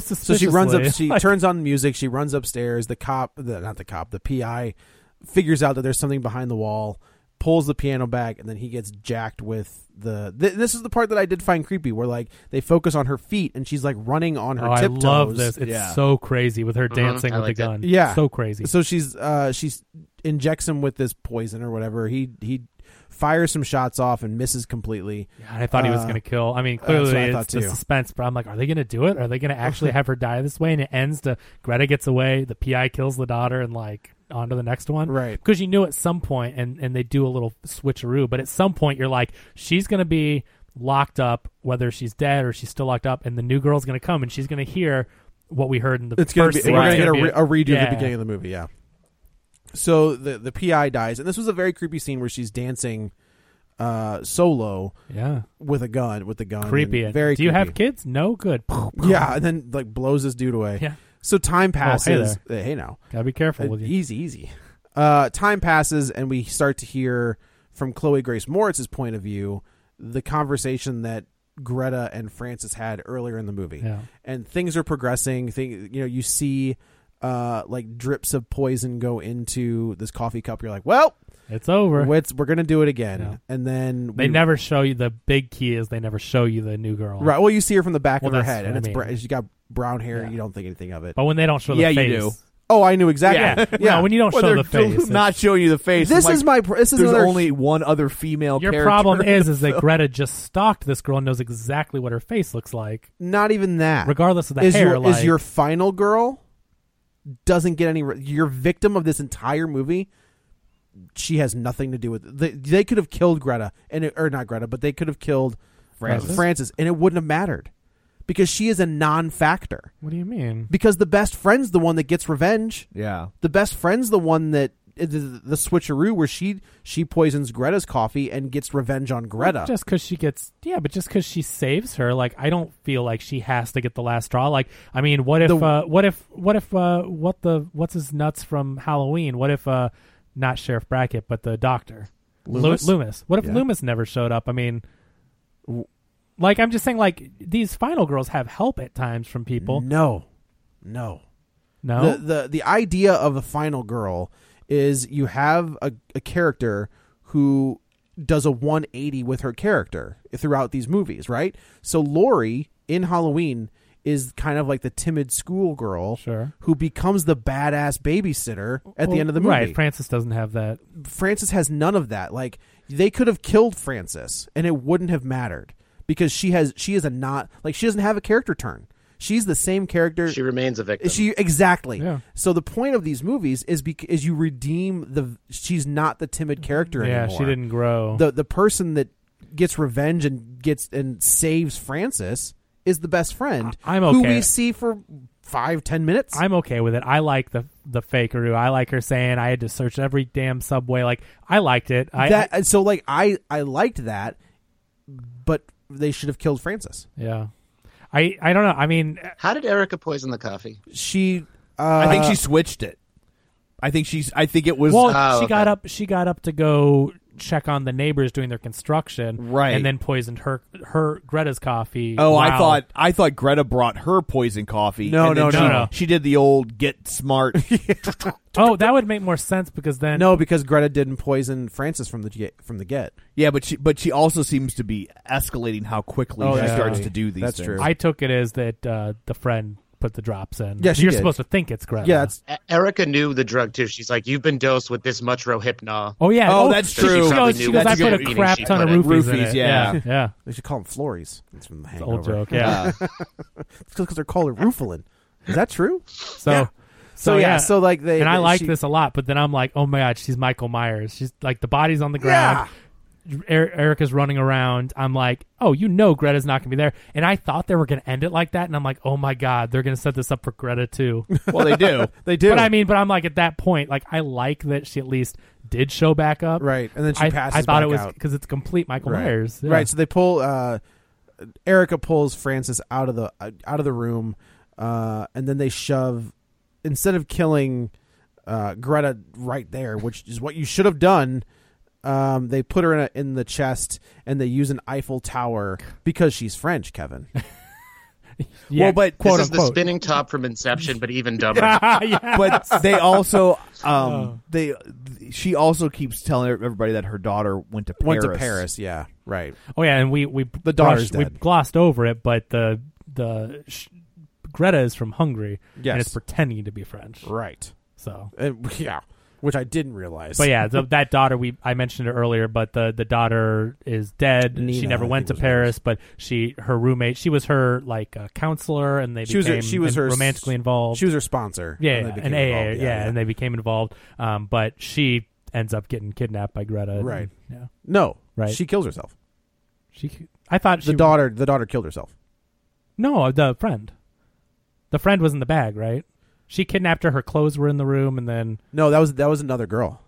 so
suspiciously.
she runs up. She
Like,
turns on the music. She runs upstairs. The cop, the, not the cop, the PI, figures out that there's something behind the wall. Pulls the piano back, and then he gets jacked with the. Th- this is the part that I did find creepy, where like they focus on her feet, and she's like running on her
Oh, I
tiptoes.
love this. It's
yeah.
so crazy with her dancing
I
with
liked
the
it.
gun.
Yeah.
So crazy.
So she's uh she's injects him with this poison or whatever. He he fires some shots off and misses completely.
God, I thought he was
Uh,
going to kill. I mean,
that's what I
clearly
thought
it's the
too.
suspense, but I'm like, are they going to do it? Are they going to actually have her die this way? And it ends to Greta gets away, the PI kills the daughter, and like on to the next one,
Right.
Because you knew at some point, and and they do a little switcheroo, but at some point you're like, she's going to be locked up, whether she's dead or she's still locked up, and the new girl's going to come, and she's going to hear what we heard in the
It's gonna
first.
be,
scene.
we're gonna
It's
get a,
gonna
re- a redo
yeah.
at the beginning of the movie. Yeah. So the the PI dies, and this was a very creepy scene where she's dancing uh solo
Yeah,
with a gun with the gun. and
creepy. And
Very.
do you have
creepy.
kids? No, good.
Yeah, and then like blows this dude away.
Yeah. Oh,
So time passes. Uh, hey, now.
Gotta be careful
Uh,
with you.
Easy, easy. Uh, time passes, and we start to hear from Chloe Grace Moritz's point of view the conversation that Greta and Francis had earlier in the movie.
Yeah.
And things are progressing. Thing, you know, you see uh, like drips of poison go into this coffee cup. You're like, well,
It's over.
it's, we're gonna do it again.
Yeah.
And then
They
we-
never show you the big key is they never show you the new girl.
Right. Well, you see her from the back
Well,
of her
that's
head,
what
and
I
it's
mean.
bra- she's got brown hair.
Yeah.
You don't think anything of it.
But when they don't show the
Yeah, you
face.
do.
Oh, I knew exactly.
Yeah. No, when you don't
Well,
show
they're
the face.
del-
it's-
not showing you the face.
this
I'm
is
like,
my. Pr- this is
There's
another
only one other female.
your
character.
problem is is that Greta just stalked this girl and knows exactly what her face looks like.
not even that.
Regardless of the
is
hair,
your,
like-
is your final girl doesn't get any. re- Your victim of this entire movie, she has nothing to do with. It. They, they could have killed Greta and it, or not Greta, but they could have killed Francis. Francis, and it wouldn't have mattered because she is a non-factor.
What do you mean?
Because the best friend's the one that gets revenge.
yeah.
The best friend's the one that uh, the, the switcheroo where she she poisons Greta's coffee and gets revenge on Greta.
Just because she gets yeah, but just because she saves her, like I don't feel like she has to get the last straw. Like I mean, what if
The-
uh, what if what if uh, what the what's his nuts from Halloween? What if uh, not Sheriff Brackett but the doctor Lu-
Loomis?
Loomis. What if
Yeah.
Loomis never showed up? I mean. Like I'm just saying, like these final girls have help at times from people.
no, no.
No,
The, the the idea of a final girl is you have a, a character who does a 180 with her character throughout these movies, right? So Lori in Halloween is kind of like the timid schoolgirl
Sure.
who becomes the badass babysitter at the
Well,
end of the movie.
Right, Francis doesn't have that.
Francis has none of that. Like they could have killed Francis and it wouldn't have mattered because she has she is a not like she doesn't have a character turn. She's the same character.
She remains a victim.
She exactly.
Yeah.
So the point of these movies is bec- is you redeem the she's not the timid character
Yeah,
anymore.
she didn't grow.
The the person that gets revenge and gets and saves Francis is the best friend.
I- I'm
Who
okay.
we see for five ten minutes.
I'm okay with it. I like the the fakeroo. I like her saying I had to search every damn subway. Like I liked it. I,
that and so like I I liked that, but they should have killed Francis.
I- yeah. I, I don't know. I mean,
How did Erica poison the coffee?
She. Uh,
I think she switched it. I think she's. I think it was.
well,
Oh,
she got
okay.
up. She got up to go check on the neighbors doing their construction,
Right.
And then poisoned her her Greta's coffee.
Oh, I
while-
thought I thought Greta brought her poison coffee.
No,
and then
no,
she,
no, no.
She did the old get smart.
Oh, that would make more sense because then
No, because Greta didn't poison Francis from the get, from the get.
yeah, but she but she also seems to be escalating how quickly
Oh,
she
that's
starts
true.
to do these.
That's
things.
true.
I took it as that uh, the friend put the drops in.
Yeah, she
you're
did.
supposed to think it's Greta.
Yeah, that's
E- Erica knew the drug too. She's like, "You've been dosed with this much Rohypnol."
Oh yeah.
Oh, that's
she
true.
She
Probably
goes,
knew
she goes
that's
I
a
put
good
a
meaning
crap
she
ton of
put it.
roofies. in
Roofies,
it.
yeah. Uh,
yeah. yeah.
they should call them Flories. It's from the
It's an Old
Hangover.
joke. Yeah.
because they're called a Rufalin. Is that true?
So, so,
So, yeah, so, like, they-
and I
they-
like
she-
this a lot, but then I'm like, oh my god, she's Michael Myers. She's like the body's on the ground. Er- Erica's running around. I'm like, oh, you know, Greta's not gonna be there. And I thought they were gonna end it like that, and I'm like, oh my god, they're gonna set this up for Greta too.
Well, they do.
They do.
But I mean, but I'm like at that point, like I like that she at least did show back up,
Right, and then she
I,
passes
I thought it
back
was
out.
because it's complete Michael
right.
Myers, Yeah.
Right. So they pull. Uh, Erica pulls Francis out of the uh, out of the room, uh, and then they shove. Instead of killing uh, Greta right there, which is what you should have done, um, they put her in, a, in the chest and they use an Eiffel Tower because she's French, Kevin.
yeah,
Well, but
quote
this is the
unquote.
spinning top from Inception, but even dumber.
yeah.
but they also um
Oh.
they she also keeps telling everybody that her daughter went to Paris.
Went to Paris. Yeah. Right.
Oh yeah, and we we the
daughter's
we
dead.
glossed over it, but the the sh- Greta is from Hungary,
Yes.
and it's pretending to be French.
Right.
So,
And, Uh, yeah. Which I didn't realize.
but yeah, the, that daughter we I mentioned it earlier, but the the daughter is dead.
Nina,
she never
I
went to
think was her name.
Paris, but she her roommate she was her like uh, counselor, and they
she was
became
her, she was
in-
her
romantically involved.
She was her sponsor.
yeah,
and they
yeah,
became
an AA,
involved.
yeah, and they became involved. Um, but she ends up getting kidnapped by Greta. and-
Right.
yeah,
no,
Right.
She kills herself.
she. I thought
The
she
daughter, the daughter killed herself.
No, the friend. The friend was in the bag, right? She kidnapped her. Her clothes were in the room, and then
No, that was that was another girl.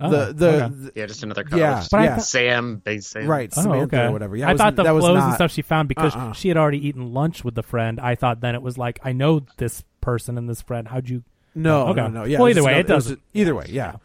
oh,
the the,
okay.
the-
yeah, just another
Yeah,
color. Yeah,
but
I
yeah.
thought-
Sam, base Sam.
right
Oh,
Samantha
okay.
or whatever. Yeah,
I
was,
thought the
that was
clothes
not,
and stuff she found because
Uh-uh.
she had already eaten lunch with the friend. I thought then it was like, I know this person and this friend. How'd you?
No,
Oh, Okay.
no, no. Yeah,
Well,
was
either way,
another-
it
was
doesn't-
a- Either way, yeah.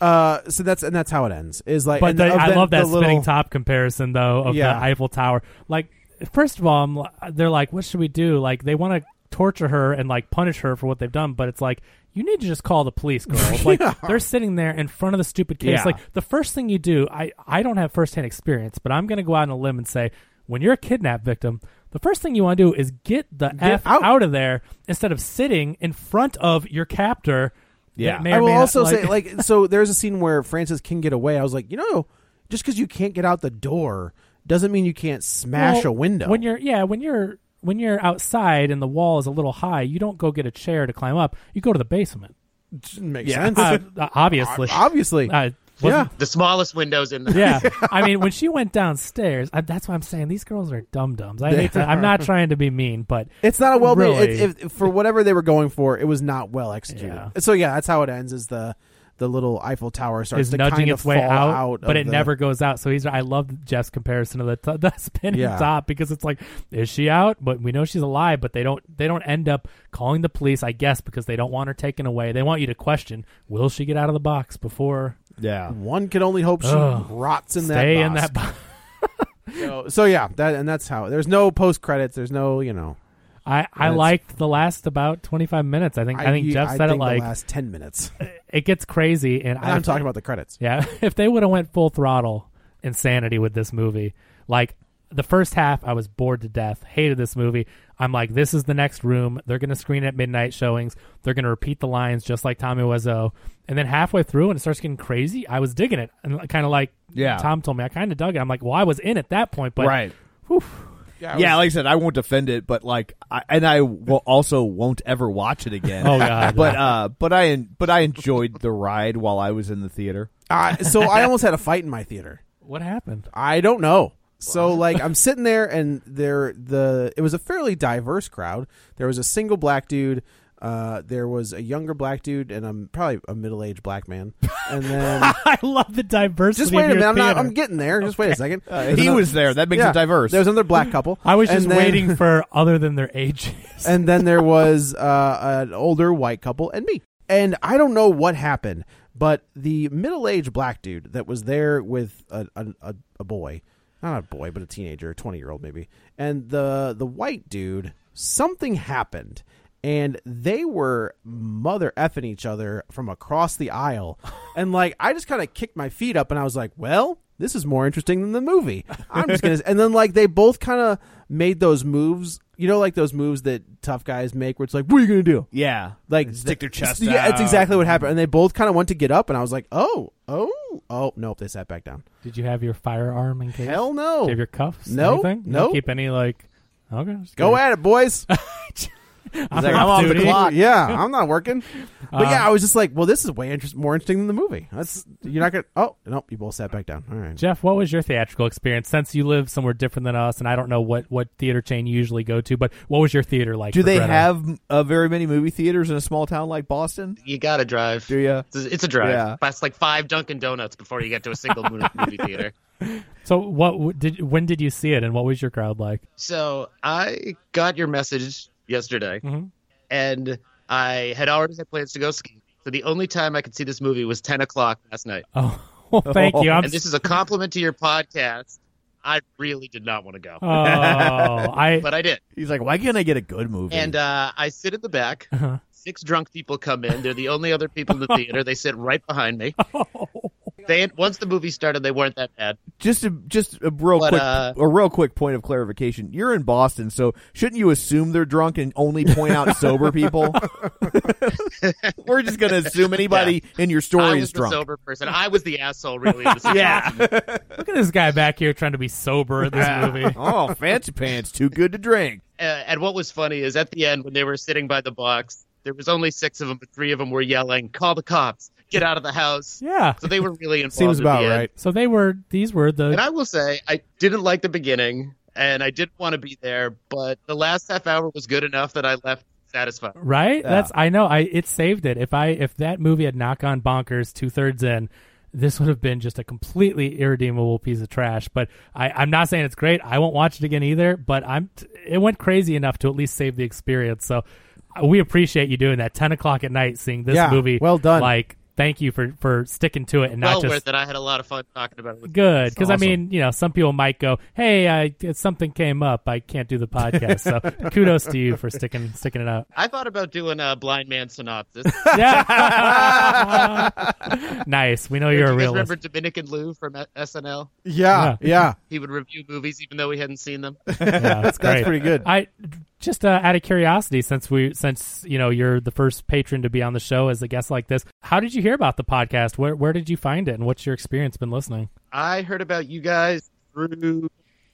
Uh, so that's and that's how it ends. Is like,
But
and
the,
of
I
then
love that
the little,
spinning top comparison though of
Yeah.
the Eiffel Tower. Like, first of all, I'm, li- they're like, what should we do? Like, they want to torture her and like punish her for what they've done, but it's like. You need to just call the police, girl. Like they're sitting there in front of the stupid case.
Yeah.
Like the first thing you do, I I don't have firsthand experience, but I'm going to go out on a limb and say, when you're a kidnap victim, the first thing you want to do is get the f
out.
out. of there instead of sitting in front of your captor.
Yeah.
that may
I
or
will
may not-
also say, like, so there's a scene where Francis can get away. I was like, you know, just because you can't get out the door doesn't mean you can't smash a
Well,
window.
when you're yeah when you're when you're outside and the wall is a little high you don't go get a chair to climb up you go to the basement
makes
Yeah.
sense.
Uh, uh, obviously
Obviously,
Uh,
yeah.
wasn't-
The smallest windows in the
yeah i mean when she went downstairs I, that's why i'm saying these girls are dum dums i hate to, i'm not trying to be mean but
It's not a well made
Really.
It, if, for whatever they were going for, it was not well executed.
Yeah.
So yeah, that's how it ends. Is the the little Eiffel Tower starts
is
to
nudging
kind
its
of
way
fall
out,
out
but
of
it
the-
never goes out. So he's. I love Jeff's comparison of the t- the spinning
Yeah.
top because it's like, is she out? But we know she's alive. But they don't they don't end up calling the police. I guess because they don't want her taken away. They want you to question: Will she get out of the box before
Yeah.
One can only hope she
Ugh.
rots in
stay
that.
in
box.
that box?
So, so yeah, that and that's how. There's no post credits. There's no you know.
I, I
That's-
liked the last about twenty five minutes. I think I, think
you-
Jeff
I
said it
think the
like
last ten minutes.
it gets crazy, and I,
I'm talking about the credits.
Yeah, if they would have went full throttle insanity with this movie, like the first half, I was bored to death, hated this movie. I'm like, this is the next room. They're gonna screen at midnight showings. They're gonna repeat the lines just like Tommy Wiseau. And then halfway through, when it starts getting crazy, I was digging it, and kind of like
Yeah.
Tom told me, I kind of dug it. I'm like, well, I was in at that point, but
right. yeah, like I said, I won't defend it, but like, I, and I will also won't ever watch it again.
Oh, God.
but uh, but I en- but I enjoyed the ride while I was in the theater.
Uh, so I almost had a fight in my theater.
what happened?
I don't know. So like I'm sitting there and there the it was a fairly diverse crowd. There was a single black dude. Uh, there was a younger black dude and I'm probably a middle aged black man. And then
I love the diversity.
just wait a
of your
minute, I'm not,
theater.
I'm getting there. Just wait a second. There's
Uh, he
another-
was there. That makes
yeah,
it diverse.
There was another black couple.
I was
And
just
then-
waiting for other than their ages.
and then there was uh, an older white couple and me. And I don't know what happened, But the middle aged black dude that was there with a, a, a, a boy, not a boy, but a teenager, a 20 year old maybe, and the, the white dude, something happened. And they were mother effing each other from across the aisle. And like, I just kind of kicked my feet up and I was like, well, this is more interesting than the movie. I'm just gonna. and then like they both kind of made those moves. You know, like those moves that tough guys make, where it's like, "What are you gonna do?"
Yeah.
Like
Stick their chest
Yeah, it's
out.
exactly what happened. And they both kind of went to get up, and I was like, "Oh, oh, oh, nope." They sat back down.
Did you have your firearm in case?
Hell
Did
no.
you have your cuffs?
No,
Anything? You
no.
Keep any like. Okay. just
Go
kidding.
at it, boys.
I'm,
like,
off
I'm off the
duty.
clock. Uh, Fuck.
yeah, I'm not working. But
Um,
yeah, I was just like, "Well, this is way interest- more interesting than the movie." That's you're not gonna. Oh, nope. You both sat back down. All right.
Jeff, what was your theatrical experience? Since you live somewhere different than us, and I don't know what, what theater chain you usually go to, but what was your theater like?
Do
for
they
Greta?
have uh, very many movie theaters in a small town like Boston?
You gotta drive.
Do you?
It's a- It's a drive.
Yeah.
That's like five Dunkin' Donuts before you get to a single mo- movie theater.
So what w- did when did you see it, and what was your crowd like?
So I got your message yesterday,
Mhm.
and I had already had plans to go ski. So the only time I could see this movie was 10 o'clock last night.
Oh, well, thank you. I'm
And this is a compliment to your podcast. I really did not want to go,
oh, I
but I did.
He's like, why can't I get a good movie?
And uh, I sit in the back.
Uh-huh.
Six drunk people come in. They're the only other people in the theater. They sit right behind me. They once the movie started, they weren't that bad.
just a just a real
But,
quick
uh,
a real quick point of clarification. You're in Boston, so shouldn't you assume they're drunk and only point out sober people? We're just gonna assume anybody in your
I
story
was
is
the
drunk.
sober person. I was the asshole, really. in the situation. Uh,
look at this guy back here trying to be sober in this movie.
oh, fancy pants, too good to drink.
Uh, and what was funny is at the end when they were sitting by the box, there was only six of them, but three of them were yelling, "Call the cops! Get out of the house!"
Yeah.
So they were really involved.
Seems
at
about
the end.
right.
So they were these were the
And I will say, I didn't like the beginning, and I didn't want to be there, but the last half hour was good enough that I left satisfied.
right. That's I know. I it saved it. If I if that movie had not gone bonkers two thirds in. This would have been just a completely irredeemable piece of trash, but I, I'm not saying it's great. I won't watch it again either. But I'm, it went crazy enough to at least save the experience. So, uh, we appreciate you doing that. Ten o'clock at night, seeing this
Yeah,
movie.
well done.
Like, thank you for for sticking to it and
well
not just
worth it. I had a lot of fun talking about it. With
good because
Awesome.
i mean you know some people might go hey I, something came up i can't do the podcast so kudos to you for sticking sticking it out
I thought about doing a blind man synopsis.
yeah nice we know
Do you
you're a
guys
realist
remember Dominican Lou from SNL?
Yeah,
Yeah.
yeah.
He would review movies even though he hadn't seen them.
yeah, that's great
That's pretty good.
i just uh, out of curiosity since we since you know you're the first patron to be on the show as a guest like this how did you hear about the podcast where where did you find it and what's your experience been listening
I heard about you guys through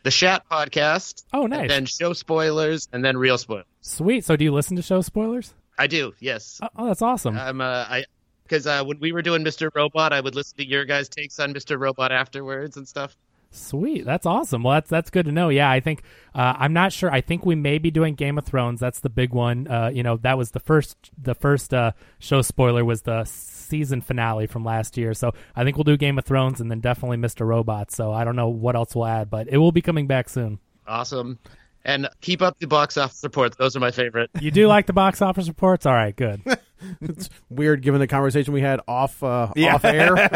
the Shat podcast.
Oh, nice.
And then show spoilers, and then real spoilers.
sweet so do you listen to show spoilers
I do, yes.
oh, oh that's awesome
I'm uh, I because uh, when we were doing Mr. Robot, I would listen to your guys' takes on Mr. Robot afterwards and stuff.
Sweet, that's awesome. Well, that's that's good to know. Yeah, I think uh, I'm not sure. I think we may be doing Game of Thrones. That's the big one. Uh, you know, that was the first the first uh, show spoiler was the season finale from last year. So I think we'll do Game of Thrones and then definitely Mr. Robot. So I don't know what else we'll add, but it will be coming back soon.
Awesome. And keep up the box office reports. Those are my favorite.
You do like the box office reports? All right, good.
Weird, given the conversation we had off uh, off air.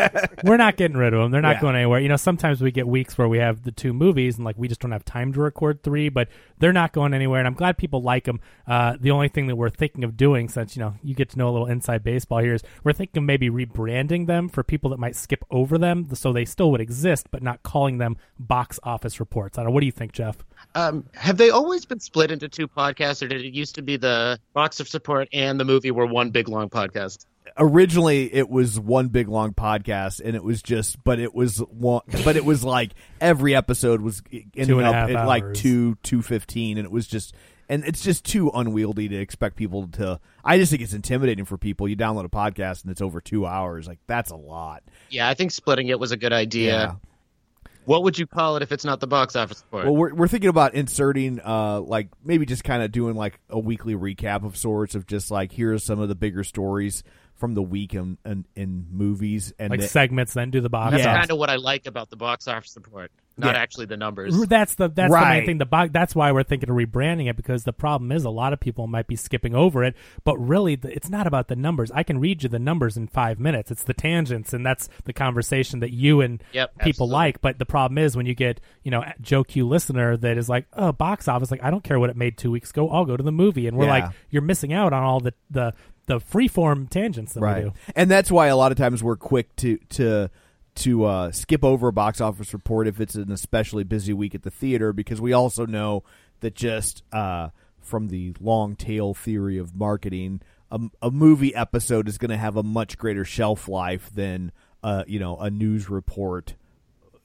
We're not getting rid of them. They're not
Yeah.
going anywhere. You know, sometimes we get weeks where we have the two movies and like we just don't have time to record three, but they're not going anywhere. And I'm glad people like them. Uh, the only thing that we're thinking of doing, since you know you get to know a little inside baseball here, is we're thinking of maybe rebranding them for people that might skip over them, so they still would exist, but not calling them box office reports. I don't. know. What do you think, Jeff?
Um, have they always been split into two podcasts, or did it used to be the box of support and the movie were one big long podcast?
Originally, it was one big long podcast, and it was just, but it was one, but it was like every episode was e, ending
Two and a
up
half
at like
hours.
two two fifteen, and it was just. And it's just too unwieldy to expect people to. I just think it's intimidating for people. You download a podcast and it's over two hours. Like that's a lot.
Yeah, I think splitting it was a good idea.
Yeah.
What would you call it if it's not the box office report?
Well, we're, we're thinking about inserting, uh, like maybe just kind of doing like a weekly recap of sorts of just like here's some of the bigger stories from the week in in, in movies and
like
the-
segments, then do the box
That's
Yeah.
office.
kind of what I like about the box office report, not actually the numbers.
That's the that's the main
Right.
thing. The box. That's why we're thinking of rebranding it because the problem is a lot of people might be skipping over it. But really, the, it's not about the numbers. I can read you the numbers in five minutes. It's the tangents, and that's the conversation that you and
Yep,
people
absolutely.
like. But the problem is when you get you know Joe Q listener that is like, oh, box office. Like I don't care what it made two weeks ago. I'll go to the movie, and we're
Yeah.
like, you're missing out on all the the the freeform tangents that we do.
And that's why a lot of times we're quick to to to uh, skip over a box office report if it's an especially busy week at the theater because we also know that just uh, from the long tail theory of marketing, a, a movie episode is going to have a much greater shelf life than uh, you know a news report.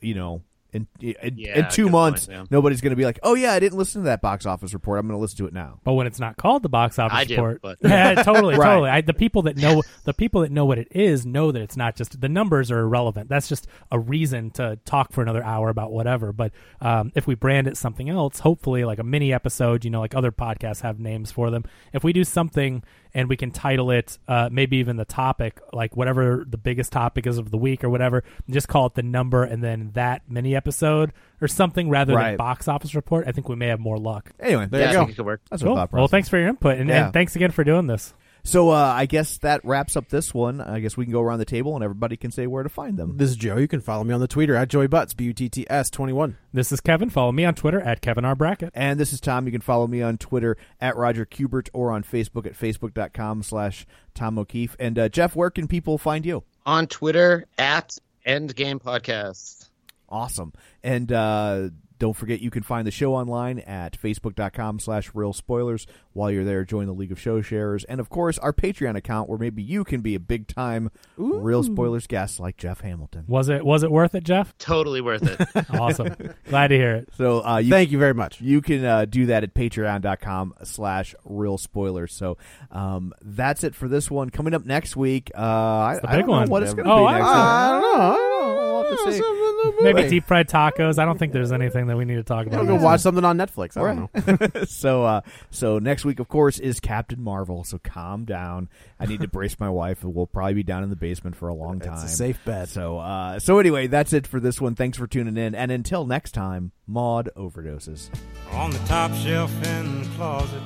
You know. In, in,
Yeah,
in two
good
months,
point, yeah.
nobody's going to be like, "Oh yeah, I didn't listen to that box office report. I'm going to listen to it now."
But when it's not called the box office
I do,
report,
but-
yeah, totally,
Right.
totally. I, the people that know the people that know what it is know that it's not just the numbers are irrelevant. That's just a reason to talk for another hour about whatever. But um, if we brand it something else, hopefully like a mini episode, you know, like other podcasts have names for them. If we do something and we can title it, uh, maybe even the topic, like whatever the biggest topic is of the week or whatever, just call it the number and then that mini episode or something rather than
Right.
box office report. I think we may have more luck.
Anyway, there
Yeah, I
you
think
go.
it could work.
That's
Cool.
what thought
Well,
process.
thanks for your input, and,
Yeah.
and thanks again for doing this.
So uh, I guess that wraps up this one. I guess we can go around the table and everybody can say where to find them.
This is Joe. You can follow me on the Twitter at Joey Butts, B U T T S 21.
This is Kevin. Follow me on Twitter at Kevin R Brackett.
And this is Tom. You can follow me on Twitter at Roger Kubert or on Facebook at facebook.com slash Tom O'Keefe. And uh, Jeff, where can people find you?
On Twitter at Endgame Podcast.
Awesome. And uh, don't forget, you can find the show online at facebook.com slash real spoilers. While you're there, join the League of Show Sharers. And of course, our Patreon account where maybe you can be a big time real spoilers guest like Jeff Hamilton.
Was it was it worth it, Jeff?
Totally worth it.
Awesome. Glad to hear it.
So uh, you
Thank you very much.
You can uh, do that at patreon.com slash real spoilers. So um, that's it for this one. Coming up next week, uh, I,
the
I
big
don't know
one.
what it's going to
Oh,
be
I
next
don't
week.
I don't know.
We'll have to see.
Maybe deep fried tacos. I don't think there's anything that we need to talk
I'll
about.
go watch something on Netflix. I don't know.
so uh, so next week, of course, is Captain Marvel. So calm down. I need to brace my wife. and We'll probably be down in the basement for a long time.
That's a safe bet.
So uh, so anyway, that's it for this one. Thanks for tuning in, and until next time, Maud overdoses.
on the top shelf in the closet,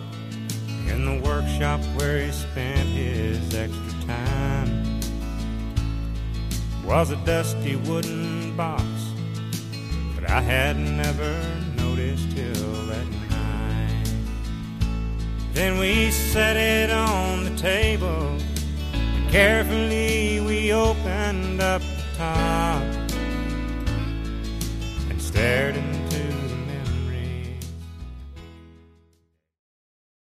in the workshop where he spent his extra time, was a dusty wooden box that I had never noticed till that night. Then we set it on the table, and carefully we opened up the top and stared in